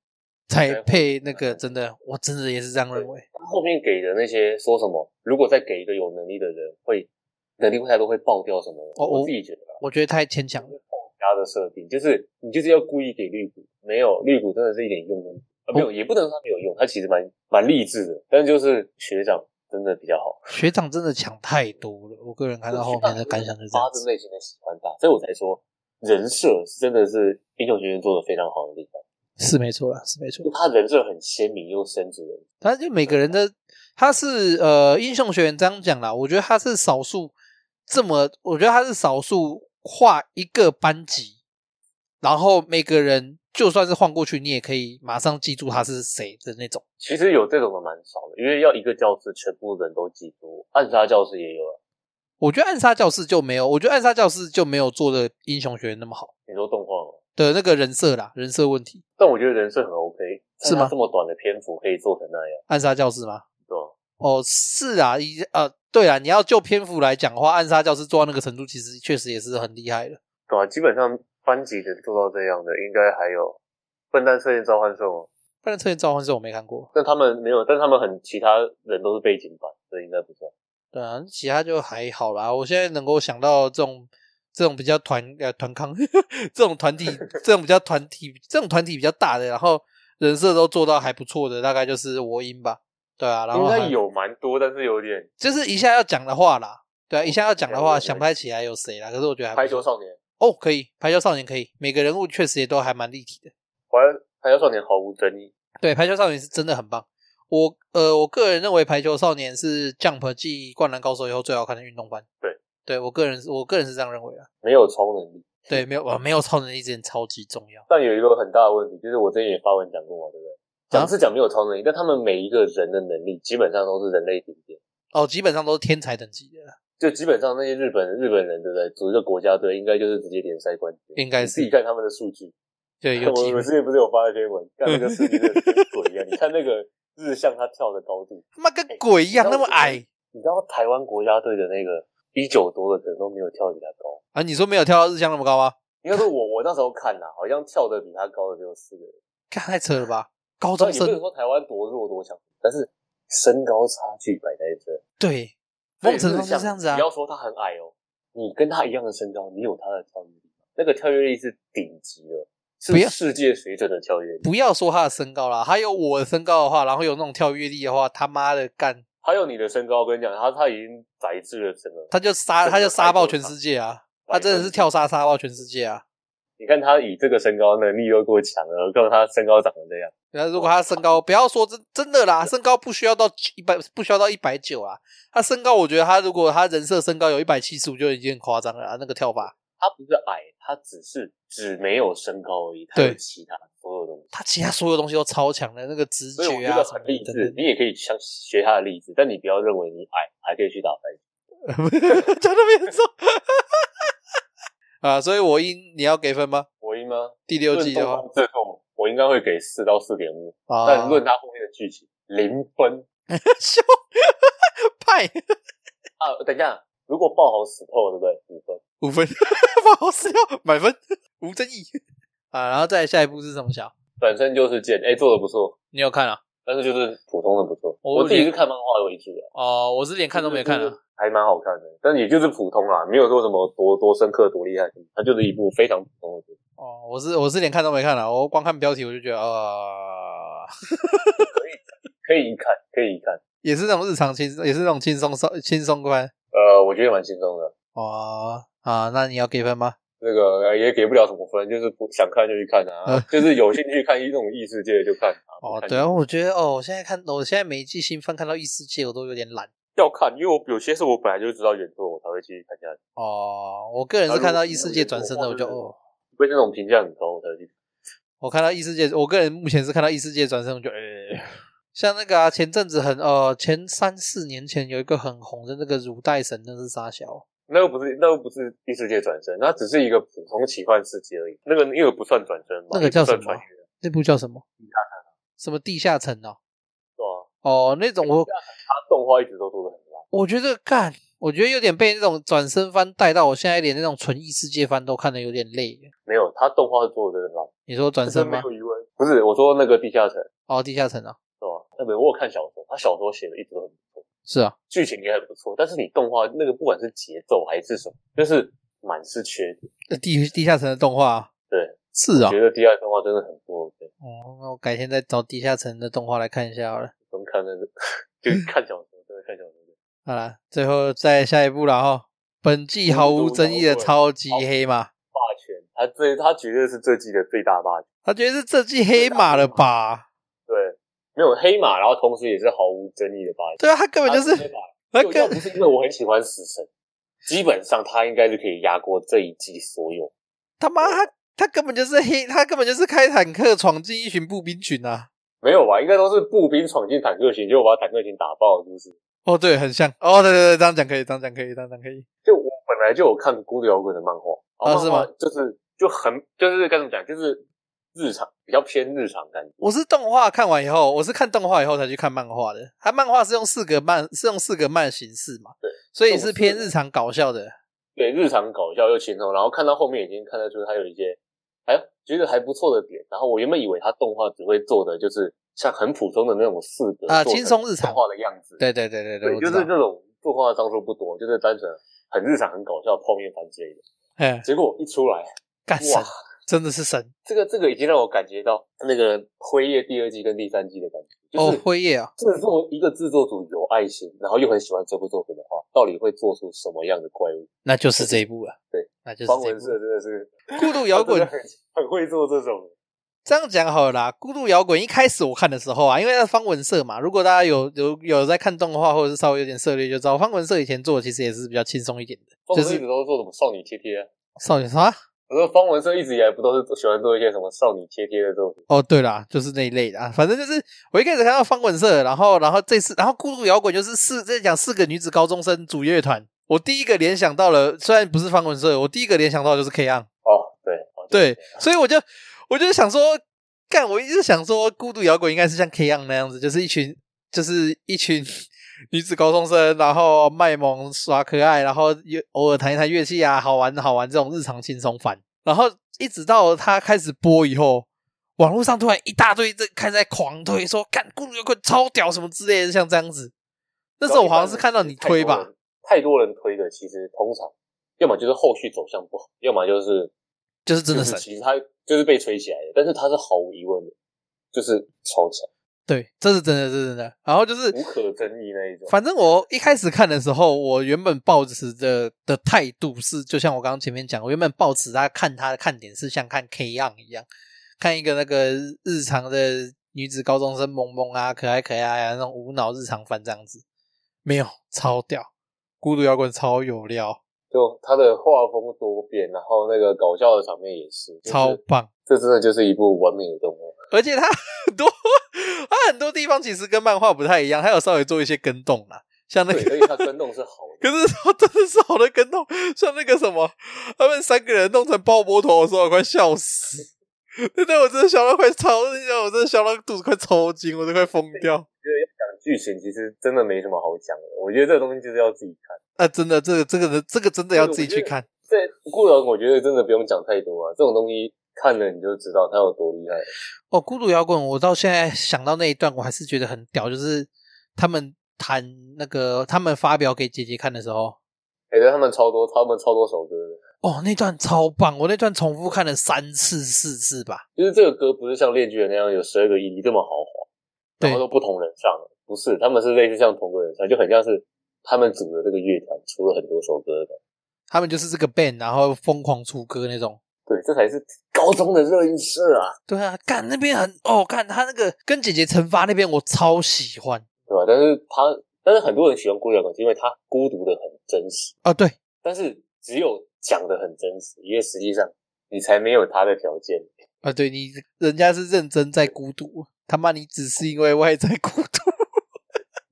Speaker 2: 才配那个真的，我真的也是这样认为。
Speaker 1: 他后面给的那些说什么，如果再给一个有能力的人，会能力会太多会爆掉什么的。
Speaker 2: 哦我
Speaker 1: 我自己觉得啊，
Speaker 2: 我觉得太牵强了，
Speaker 1: 家的设定就是你就是要故意给绿谷，没有绿谷真的是一点用都没有。啊，
Speaker 2: 哦
Speaker 1: 没有，也不能说他没有用，他其实蛮蛮励志的，但就是学长真的比较好。
Speaker 2: 学长真的强太多了，我个人看到后面的感想就是这
Speaker 1: 发
Speaker 2: 样
Speaker 1: 自
Speaker 2: 子。
Speaker 1: 内心的喜欢他，所以我才说人设是真的是英雄学院做的非常好的地方，
Speaker 2: 是没错啦，是没错
Speaker 1: 就。他人设很鲜明又深植人心。
Speaker 2: 他就每个人的他是呃英雄学院这样讲啦，我觉得他是少数这么，我觉得他是少数画一个班级，然后每个人就算是换过去，你也可以马上记住他是谁的那种。
Speaker 1: 其实有这种的蛮少的，因为要一个教室全部人都记住，暗杀教室也有啊了。
Speaker 2: 我觉得暗杀教室就没有，我觉得暗杀教室就没有做的英雄学院那么好
Speaker 1: 你说动画吗？
Speaker 2: 的那个人设啦，人设问题。
Speaker 1: 但我觉得人设很 OK，
Speaker 2: 是吗
Speaker 1: 看他这么短的篇幅可以做成那样，
Speaker 2: 暗杀教室吗？
Speaker 1: 对吧？
Speaker 2: 哦，是啊，一呃，对啊，你要就篇幅来讲的话，暗杀教室做到那个程度，其实确实也是很厉害的。
Speaker 1: 对啊，基本上班级能做到这样的，应该还有笨蛋测验召唤兽吗，
Speaker 2: 不然《特别召唤兽》我没看过，
Speaker 1: 但他们没有，但他们很其他人都是背景版，所以应该不算。
Speaker 2: 对啊，其他就还好啦。我现在能够想到这种这种比较团呃团康 这种团体，这种比较团体这种团体比较大的，然后人设都做到还不错的，大概就是我音吧。对啊，然后
Speaker 1: 应
Speaker 2: 还
Speaker 1: 该，有蛮多，但是有点
Speaker 2: 就是一下要讲的话啦。对啊，一下要讲的话
Speaker 1: 对对哦对
Speaker 2: 想不太起来有谁啦。可是我觉得还不
Speaker 1: 排球
Speaker 2: 错
Speaker 1: 少年，
Speaker 2: 哦，可以排球少年可以，每个人物确实也都还蛮立体的。
Speaker 1: 排排球少年毫无争议。
Speaker 2: 对，排球少年是真的很棒。我呃，我个人认为排球少年是 Jump 继灌篮高手以后最好看的运动番。
Speaker 1: 对，
Speaker 2: 对我个人是我个人是这样认为啊。
Speaker 1: 没有超能力，
Speaker 2: 对，没有呃我没有超能力之前超级重要。
Speaker 1: 但有一个很大的问题，就是我之前也发文讲过嘛，对不对？
Speaker 2: 啊
Speaker 1: 讲是讲没有超能力，但他们每一个人的能力基本上都是人类顶尖，
Speaker 2: 哦，基本上都是天才等级的啦，
Speaker 1: 就基本上那些日本日本人，对不对？组一个国家队，应该就是直接联赛冠军。
Speaker 2: 应该
Speaker 1: 你自己
Speaker 2: 是
Speaker 1: 看他们的数据，
Speaker 2: 对有
Speaker 1: 我
Speaker 2: 机
Speaker 1: 我
Speaker 2: 会。
Speaker 1: 之前不是有发一篇文，看那个视频真的跟鬼一样。你看那个日向他跳的高度，
Speaker 2: 他妈跟鬼一样
Speaker 1: 你知
Speaker 2: 那
Speaker 1: 道
Speaker 2: 么矮
Speaker 1: 你知道台湾国家队的那个一九多的可能都没有跳得比他高。
Speaker 2: 啊！你说没有跳到日向那么高吗？
Speaker 1: 应该说我我那时候看呐、好像跳得比他高的只有四个人。
Speaker 2: 看太扯了吧！高
Speaker 1: 那你
Speaker 2: 哦中
Speaker 1: 哦不能
Speaker 2: 生
Speaker 1: 说台湾多弱多强，但是身高差距摆在这，
Speaker 2: 对，某种程
Speaker 1: 所以
Speaker 2: 度
Speaker 1: 日
Speaker 2: 上
Speaker 1: 向
Speaker 2: 是这样子啊
Speaker 1: 不。要说他很矮哦，你跟他一样的身高，你有他的跳跃力，那个跳跃力是顶级的，
Speaker 2: 不
Speaker 1: 是
Speaker 2: 要
Speaker 1: 世界水准的跳跃力。
Speaker 2: 不要说他的身高啦，还有我的身高的话，然后有那种跳跃力的话，他妈的干，
Speaker 1: 还有你的身高，我跟你讲，他他已经宰制了整个。
Speaker 2: 他就杀
Speaker 1: 真的
Speaker 2: 他就
Speaker 1: 太
Speaker 2: 杀
Speaker 1: 多
Speaker 2: 爆
Speaker 1: 了
Speaker 2: 全世界啊！他真的是跳杀杀爆全世界啊！
Speaker 1: 你看他以这个身高能力又够强了，何况他身高长成这样，
Speaker 2: 然后如果他身高，不要说真真的啦，身高不需要到一百，不需要到一百九啊。他身高，我觉得他如果他人设身高有一百七十五，就已经很夸张了、啊。那个跳法，
Speaker 1: 他不是矮，他只是只没有身高而已，他
Speaker 2: 对
Speaker 1: 有其他所有东西。
Speaker 2: 他其他所有东西都超强的，那个直
Speaker 1: 所以我
Speaker 2: 觉
Speaker 1: 觉
Speaker 2: 啊
Speaker 1: 得
Speaker 2: 什么
Speaker 1: 很励
Speaker 2: 的
Speaker 1: 志，
Speaker 2: 等
Speaker 1: 你也可以像学他的励志，但你不要认为你矮还可以去打排球。
Speaker 2: 等，讲那边说啊，所以我应你要给分吗？
Speaker 1: 我应吗？
Speaker 2: 第六季的
Speaker 1: 论
Speaker 2: 话
Speaker 1: 动画制作，我应该会给四到四点五，
Speaker 2: 啊，
Speaker 1: 但 论他后面的剧情，零分
Speaker 2: 凶派
Speaker 1: 啊！等一下，如果爆好死透，对不对？五分。
Speaker 2: 五分， 不好死要满分，无争议啊。然后再来下一步是什么小？
Speaker 1: 本身就是贱，哎、做的不错，
Speaker 2: 你有看啊？
Speaker 1: 但是就是普通的不错。我
Speaker 2: 我
Speaker 1: 自己
Speaker 2: 连
Speaker 1: 是看漫画为主的，
Speaker 2: 哦，我是连看都没看
Speaker 1: 就
Speaker 2: 啊
Speaker 1: 是。还蛮好看的，但也就是普通啦，没有说什么多多深刻、多厉害，它就是一部非常普通的剧。
Speaker 2: 哦，我是我是连看都没看啊，我光看标题我就觉得啊、
Speaker 1: 可以一看，可以一看。
Speaker 2: 也是那种日常轻，也是那种轻松松轻松观
Speaker 1: 呃，我觉得蛮轻松的，
Speaker 2: 哦啊。那你要给分吗？
Speaker 1: 这个呃也给不了什么分，就是不想看就去看啊
Speaker 2: 嗯，
Speaker 1: 就是有兴趣看一种异世界就看啊。
Speaker 2: 哦，
Speaker 1: 看
Speaker 2: 对啊，我觉得哦，我现在看，我现在每一季新番看到异世界，我都有点懒。
Speaker 1: 要看，因为我有些是我本来就知道原作，我才会去看下去。
Speaker 2: 哦，我个人是看到异世界转身的，我就哦，
Speaker 1: 不会那种评价很高，我才会去。
Speaker 2: 我看到异世界，我个人目前是看到异世界转身，我就呃，像那个啊，前阵子很呃，前三四年前有一个很红的那个乳带神，那是啥小？
Speaker 1: 那又不是，那又不是异世界转身，那只是一个普通奇幻世界而已。那个因为不算转身嘛，
Speaker 2: 那个叫什
Speaker 1: 也
Speaker 2: 么
Speaker 1: 不算穿越
Speaker 2: 那部叫什么？什么地下城哦？
Speaker 1: 对啊，
Speaker 2: 哦，那种我
Speaker 1: 它动画一直都做的很烂。
Speaker 2: 我觉得干，我觉得有点被那种转身番带到，我现在连那种纯异世界番都看得有点累。
Speaker 1: 没有，它动画做的真的烂，
Speaker 2: 你说转
Speaker 1: 这
Speaker 2: 身
Speaker 1: 没
Speaker 2: 吗？
Speaker 1: 有疑问。不是，我说那个地下城，
Speaker 2: 哦，地下城啊，
Speaker 1: 对吧？那本我有看小说，他小说写的一直都很不错，
Speaker 2: 是啊，
Speaker 1: 剧情也很不错，但是你动画那个不管是节奏还是什么，就是满是缺点。
Speaker 2: 那呃地地下城的动画、啊，
Speaker 1: 对，
Speaker 2: 是啊
Speaker 1: 觉，得第二动画真的很不 OK，
Speaker 2: 哦，那我改天再找地下城的动画来看一下好了。
Speaker 1: 不用看那个，就是看小说，真的看小说。
Speaker 2: 好啦，最后再下一步了哈。本季毫无争议的超级黑马，
Speaker 1: 霸权，他最他绝对是这季的最大霸权。
Speaker 2: 他觉得是这季黑马了吧？
Speaker 1: 对，没有黑马，然后同时也是毫无争议的霸权。
Speaker 2: 对啊，他根本就
Speaker 1: 他黑
Speaker 2: 是
Speaker 1: 马
Speaker 2: 他
Speaker 1: 就要
Speaker 2: 根
Speaker 1: 不是因为我很喜欢死神，基本上他应该是可以压过这一季所有。
Speaker 2: 他妈他他根本就是黑，他根本就是开坦克闯进一群步兵群啊！
Speaker 1: 没有吧？应该都是步兵闯进坦克群，结果把坦克群打爆，是不是？
Speaker 2: 哦，对，很像。哦，对对对，这样讲可以，这样讲可以，这样讲可以。
Speaker 1: 就我本来就有看《孤独摇滚》的漫画，哦
Speaker 2: 啊是吗
Speaker 1: 漫画就是就很就是该怎么讲，就是日常比较偏日常感觉。
Speaker 2: 我是动画看完以后，我是看动画以后才去看漫画的。它漫画是用四格漫，是用四格漫形式嘛，
Speaker 1: 对，
Speaker 2: 所以是偏日常搞笑的。
Speaker 1: 对，日常搞笑又轻松，然后看到后面已经看得出他有一些还觉得还不错的点。然后我原本以为他动画只会做的就是像很普通的那种四格
Speaker 2: 啊
Speaker 1: 做成
Speaker 2: 轻松日
Speaker 1: 动
Speaker 2: 常
Speaker 1: 画的样子，
Speaker 2: 对对对对
Speaker 1: 对，
Speaker 2: 我
Speaker 1: 就
Speaker 2: 知
Speaker 1: 是
Speaker 2: 道。
Speaker 1: 这种作画的张数不多，就是单纯很日常、很搞笑、泡面番之类的。
Speaker 2: 哎，
Speaker 1: 结果一出来，
Speaker 2: 干神
Speaker 1: 哇，
Speaker 2: 真的是神
Speaker 1: 这个这个已经让我感觉到那个《辉夜》第二季跟第三季的感觉，
Speaker 2: 哦，
Speaker 1: 就是
Speaker 2: 辉夜啊，
Speaker 1: 制作一个制作组有爱心，然后又很喜欢这部作品的话，到底会做出什么样的怪物？
Speaker 2: 那就是这一部了。
Speaker 1: 对，
Speaker 2: 那就是
Speaker 1: 方
Speaker 2: 这一
Speaker 1: 文社
Speaker 2: 部。
Speaker 1: 真的是
Speaker 2: 孤 独摇
Speaker 1: 他
Speaker 2: 滚
Speaker 1: 真的很很会做这种。
Speaker 2: 这样讲好了啦，孤独摇滚一开始我看的时候啊，因为那方文社嘛，如果大家有有有在看动画或者是稍微有点涉猎，就知道方文社以前做的其实也是比较轻松一点的，
Speaker 1: 方文
Speaker 2: 就
Speaker 1: 社
Speaker 2: 是
Speaker 1: 一直都做什么少女贴贴、啊，
Speaker 2: 少女啥。
Speaker 1: 我说方文社一直以来不都是喜欢做一些什么少女贴贴的这种？
Speaker 2: 哦，对啦，就是那一类的、啊，反正就是我一开始看到方文社，然后然后这次，然后孤独摇滚就是四在讲四个女子高中生组乐团，我第一个联想到了，虽然不是方文社，我第一个联想到的就是 K on，
Speaker 1: 哦，对，哦
Speaker 2: 对，所以我就我就想说，干，我一直想说孤独摇滚应该是像 K on 那样子，就是一群就是一群 女子高中生，然后卖萌耍可爱，然后又偶尔弹一弹乐器啊，好玩好玩这种日常轻松番，然后一直到他开始播以后。网络上突然一大堆这开始在狂推说干孤独摇滚超屌什么之类的，像这样子。那时候我好像是看到你推吧，
Speaker 1: 太多人推的，其实通常要么就是后续走向不好，要么就是
Speaker 2: 就是真的
Speaker 1: 就是
Speaker 2: 神，
Speaker 1: 其实他就是被吹起来的，但是他是毫无疑问的，就是超强，
Speaker 2: 对，这是真的，这是真的。然后就是
Speaker 1: 无可争议那一种。
Speaker 2: 呃反正我一开始看的时候，我原本抱持的的态度是，就像我刚刚前面讲，我原本抱持他看他的看点是像看 K 样一样，看一个那个日常的女子高中生萌萌啊，可爱可爱啊，那种无脑日常番这样子。没有，超屌，孤独摇滚超有料，
Speaker 1: 就他的画风多变，然后那个搞笑的场面也是，就是
Speaker 2: 超棒。
Speaker 1: 这真的就是一部完美的动画。
Speaker 2: 而且它很多，它很多地方其实跟漫画不太一样，它有稍微做一些跟动啦，像那个
Speaker 1: 对，所以它跟动是好的。
Speaker 2: 可是我真的是好的跟动，像那个什么，他们三个人弄成爆波头的时候，我快笑死。那段我真的笑到快超，那段我真的笑到肚子快 抽筋，我都快疯掉。
Speaker 1: 讲剧情其实真的没什么好讲的，我觉得这个东西就是要自己看。
Speaker 2: 啊，真的，这个这个的这个真的要自己去看。
Speaker 1: 这固然我觉得真的不用讲太多啊，这种东西看了你就知道它有多厉害。
Speaker 2: 哦，孤独摇滚，我到现在想到那一段，我还是觉得很屌，就是他们弹那个，他们发表给姐姐看的时候，
Speaker 1: 哎、对他们超多，他们超多首歌的。
Speaker 2: 哦，那段超棒，我那段重复看了三次四次吧。
Speaker 1: 就是这个歌不是像恋剧人那样有十二个 ED 这么豪华，
Speaker 2: 对
Speaker 1: 然后都不同人上，不是，他们是类似像同个人上，就很像是他们组的这个乐团出了很多首歌的。
Speaker 2: 他们就是这个 band，然后疯狂出歌那种。
Speaker 1: 对，这才是高中的热音社啊，
Speaker 2: 对啊，干那边很哦，干他那个跟姐姐惩罚那边我超喜欢
Speaker 1: 对吧？但是他，但是很多人喜欢孤独摇滚，是因为他孤独的很真实。
Speaker 2: 哦，对
Speaker 1: 但是只有讲的很真实，因为实际上你才没有他的条件。
Speaker 2: 啊，对你人家是认真在孤独，啊他妈你只是因为外在孤独，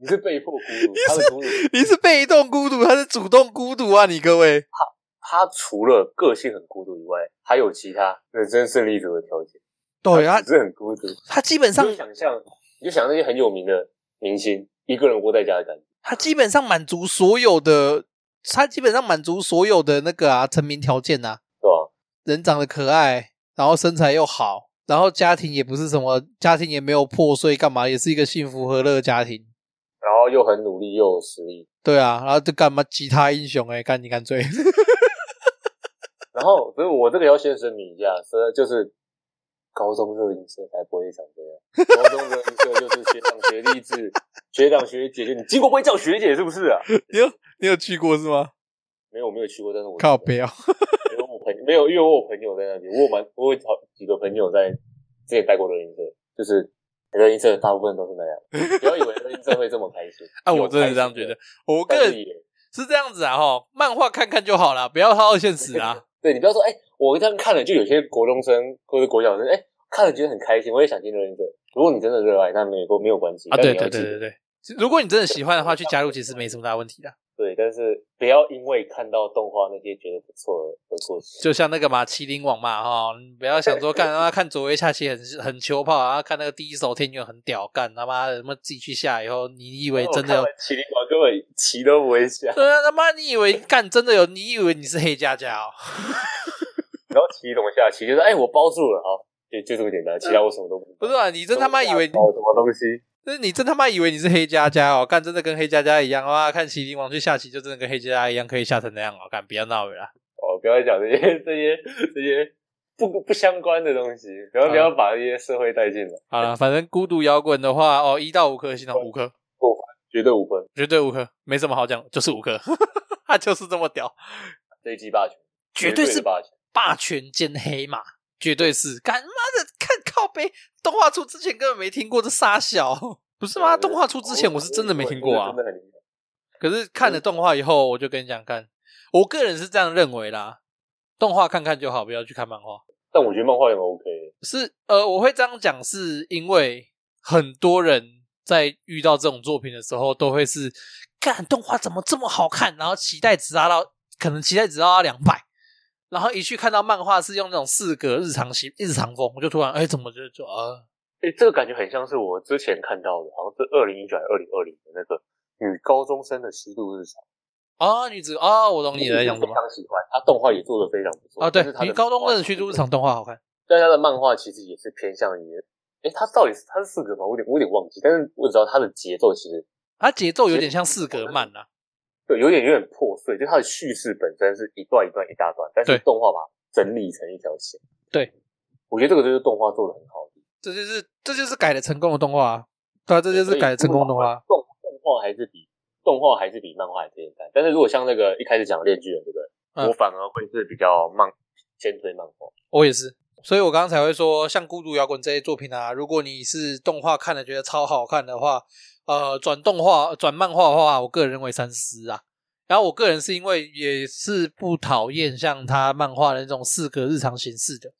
Speaker 1: 你是被迫孤 独，他的孤独，
Speaker 2: 你是被动孤独，他是主动孤独啊，你各位
Speaker 1: 他除了个性很孤独以外，还有其他人生胜利者的条件，
Speaker 2: 对啊
Speaker 1: 只，是很孤独。
Speaker 2: 他基本
Speaker 1: 你
Speaker 2: 上
Speaker 1: 就想象，你就想那些很有名的明星，一个人窝在家的感觉，
Speaker 2: 他基本上满足所有的，他基本上满足所有的那个啊成名条件啊，
Speaker 1: 对吧？
Speaker 2: 人长得可爱，然后身材又好，然后家庭也不是什么家庭也没有破碎，干嘛也是一个幸福和乐的家庭。
Speaker 1: 然后又很努力，又有实力，
Speaker 2: 对啊，然后就干嘛吉他英雄哎、欸，干你干 脆
Speaker 1: 然后，所以我这个要先声明一下，所以就是高中热音社才不会长这样。高中热音社就是学长学弟制，学长学姐就你经过不会叫学姐是不是啊？
Speaker 2: 你有你有去过是吗？
Speaker 1: 没有，我没有去过，但是我
Speaker 2: 靠北啊！
Speaker 1: 因为我朋没有，因为我有朋友在那边，我有蛮我有好几个朋友在之前待过热音社，就是热音社大部分都是那样。不要以为热音社会这么开心
Speaker 2: 啊，我真的这样觉得，。我
Speaker 1: 我
Speaker 2: 个人
Speaker 1: 也
Speaker 2: 是这样子啊，哈，漫画看看就好了，不要套到现实啊。
Speaker 1: 对你不要说，哎、我这样看了，就有些国中生或者国小生，哎、看了觉得很开心，我也想进热音社。如果你真的热爱，那没有没有关系
Speaker 2: 啊，
Speaker 1: 但
Speaker 2: 对
Speaker 1: 你要
Speaker 2: 对对
Speaker 1: 记得
Speaker 2: 对对，如果你真的喜欢的话，去加入其实没什么大问题的。
Speaker 1: 对，但是不要因为看到动画那些觉得不错而过去。
Speaker 2: 就像那个嘛，麒麟网嘛，哈，你不要想说干他妈看左为下棋很很球炮，然后看那个第一手天元很屌，干他妈的他妈自己去下以后，你以为真的
Speaker 1: 我看
Speaker 2: 有
Speaker 1: 完？麒麟王根本棋都不会下，
Speaker 2: 对啊，他妈你以为干真的有？你以为你是黑加加哦？
Speaker 1: 然后骑龙下棋就是哎、我包住了，好，就就这么简单，其他我什么都不知道。哦
Speaker 2: 不是啊，你真他妈以为
Speaker 1: 包什么东西？
Speaker 2: 就是你真他妈以为你是黑加加哦，干真的跟黑加加一样哇！看麒麟王去下棋，就真的跟黑加加一样，可以下成那样哦，干不要闹了啦！
Speaker 1: 哦，不要讲这些这些这些不不相关的东西，不要
Speaker 2: 好
Speaker 1: 不要把这些社会带进来，
Speaker 2: 好 了，反正孤独摇滚的话，哦，一到五颗星哦，五颗，
Speaker 1: 绝对五分，
Speaker 2: 绝对五颗，没什么好讲，就是五颗， 他就是这么屌，
Speaker 1: 这一季霸权，
Speaker 2: 绝
Speaker 1: 对
Speaker 2: 对是
Speaker 1: 的霸权。
Speaker 2: 霸权兼黑马，绝对是，干妈的看靠背，动画出之前根本没听过这傻 小，不是吗？
Speaker 1: 对
Speaker 2: 动画出之前我是真的没听过啊，
Speaker 1: 真的很厉害。
Speaker 2: 可是看了动画以后，我就跟你讲，看，我个人是这样认为啦，动画看看就好，不要去看漫画。
Speaker 1: 但我觉得漫画也蛮 OK 的，
Speaker 2: 是呃，我会这样讲，是因为很多人在遇到这种作品的时候，都会是看动画怎么这么好看，然后期待值拉到可能期待值拉到两百，然后一去看到漫画是用那种四格日常型日常风，我就突然哎、怎么就就啊
Speaker 1: 哎、这个感觉很像是我之前看到的，好像是二零一九还是二零二零的那个女高中生的吸毒日常。
Speaker 2: 啊女子啊，我懂你在讲什
Speaker 1: 非
Speaker 2: 么
Speaker 1: 常喜欢，他动画也做的非常不错
Speaker 2: 啊？对
Speaker 1: 但是，他的
Speaker 2: 你高中
Speaker 1: 漫
Speaker 2: 生
Speaker 1: 画
Speaker 2: 的去入场动画好看，
Speaker 1: 但他的漫画其实也是偏向于，哎，他到底是他是四格吗？我有点我有点忘记，但是我只知道他的节奏其实
Speaker 2: 它节奏有点像四格漫啦、
Speaker 1: 对，有点有点破碎，就它的叙事本身是一段一段一大段，但是
Speaker 2: 对
Speaker 1: 动画把它整理成一条线。
Speaker 2: 对，
Speaker 1: 我觉得这个就是动画做的很好的地方。
Speaker 2: 这就是这就是改的成功的动画、啊，对、啊，这就是改的成功的动画啊。
Speaker 1: 动动画还是比动画还是比漫画还是简单。但是如果像那个一开始讲的《链锯人》，对不对？
Speaker 2: 嗯
Speaker 1: 我反而会是比较漫先追漫画。
Speaker 2: 我也是，所以我刚才会说，像《孤独摇滚》这些作品啊，如果你是动画看了觉得超好看的话，呃，转动画转漫画的话，我个人认为三思啊。然后我个人是因为也是不讨厌像他漫画的那种四格日常形式的，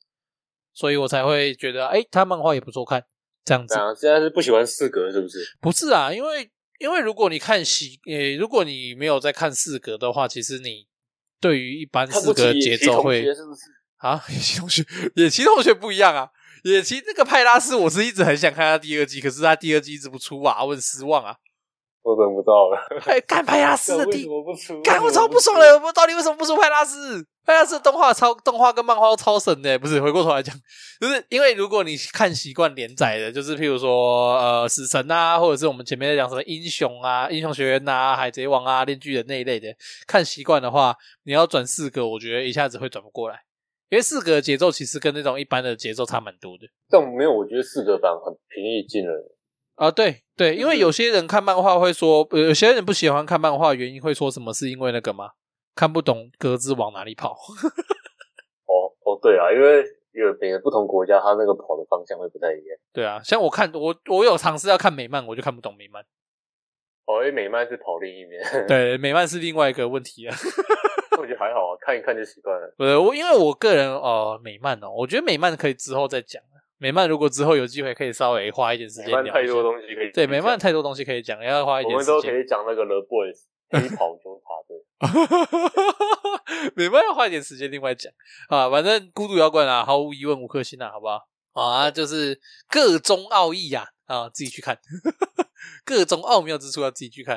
Speaker 2: 所以我才会觉得，哎，他漫画也不错看，这样子。
Speaker 1: 啊，现在是不喜欢四格是不是？
Speaker 2: 不是啊，因为因为如果你看喜，呃、如果你没有在看四格的话，其实你对于一般
Speaker 1: 看
Speaker 2: 四
Speaker 1: 不
Speaker 2: 格
Speaker 1: 起
Speaker 2: 的节
Speaker 1: 野崎
Speaker 2: 奏
Speaker 1: 同
Speaker 2: 会
Speaker 1: 学是不是？
Speaker 2: 啊， 野崎同学，野崎同学不一样啊。野崎那个派拉斯，我是一直很想看他第二季，可是他第二季一直不出啊，我很失望啊。
Speaker 1: 我等不到了，啊
Speaker 2: 哎，干派拉斯的
Speaker 1: 为什
Speaker 2: 第，
Speaker 1: 么不出？
Speaker 2: 干我超不爽
Speaker 1: 嗯
Speaker 2: 的，我到底为什么不出派拉斯？派拉斯的动画超动画跟漫画都超神的，欸不是？回过头来讲， 就是因为如果你看习惯连载的，就是譬如说呃死神啊，或者是我们前面在讲什么英雄啊、英雄学院啊、海贼王啊、链锯人那一类的，看习惯的话，你要转四格，我觉得一下子会转不过来，因为四格的节奏其实跟那种一般的节奏差蛮多的。
Speaker 1: 但没有，我觉得四格版很平易近人。
Speaker 2: 啊，对对，因
Speaker 1: 嗯
Speaker 2: 为有些人看漫画会说，呃有些人不喜欢看漫画，原因会说什么？是因为那个吗？看不懂格子往哪里跑？
Speaker 1: 哦哦，对啊，因为有每个不同国家，它那个跑的方向会不太一样。
Speaker 2: 对啊，像我看我我有尝试要看美漫，我就看不懂美漫。
Speaker 1: 哦，因为美漫是跑另一边，
Speaker 2: 对，美漫是另外一个问题啊。
Speaker 1: 我觉得还好啊，看一看就习惯了。
Speaker 2: 不是我，因为我个人哦、呃美漫哦，我觉得美漫可以之后再讲。啊美漫如果之后有机会，可以稍微花一点时间
Speaker 1: 美
Speaker 2: 聊
Speaker 1: 漫
Speaker 2: 一下。
Speaker 1: 太多东西可以，
Speaker 2: 对美漫，太多东西可以讲，要花一
Speaker 1: 我
Speaker 2: 点
Speaker 1: 们
Speaker 2: 时
Speaker 1: 都可
Speaker 2: 间。
Speaker 1: 以 讲那个 The Boys 黑袍纠察队。
Speaker 2: 美漫要花一点时间另外讲啊。反正孤独摇滚啊，毫无疑问五颗星啊，好不好？啊，就是 各中奥义啊，啊，自己去看，各中奥妙之处要自己去看。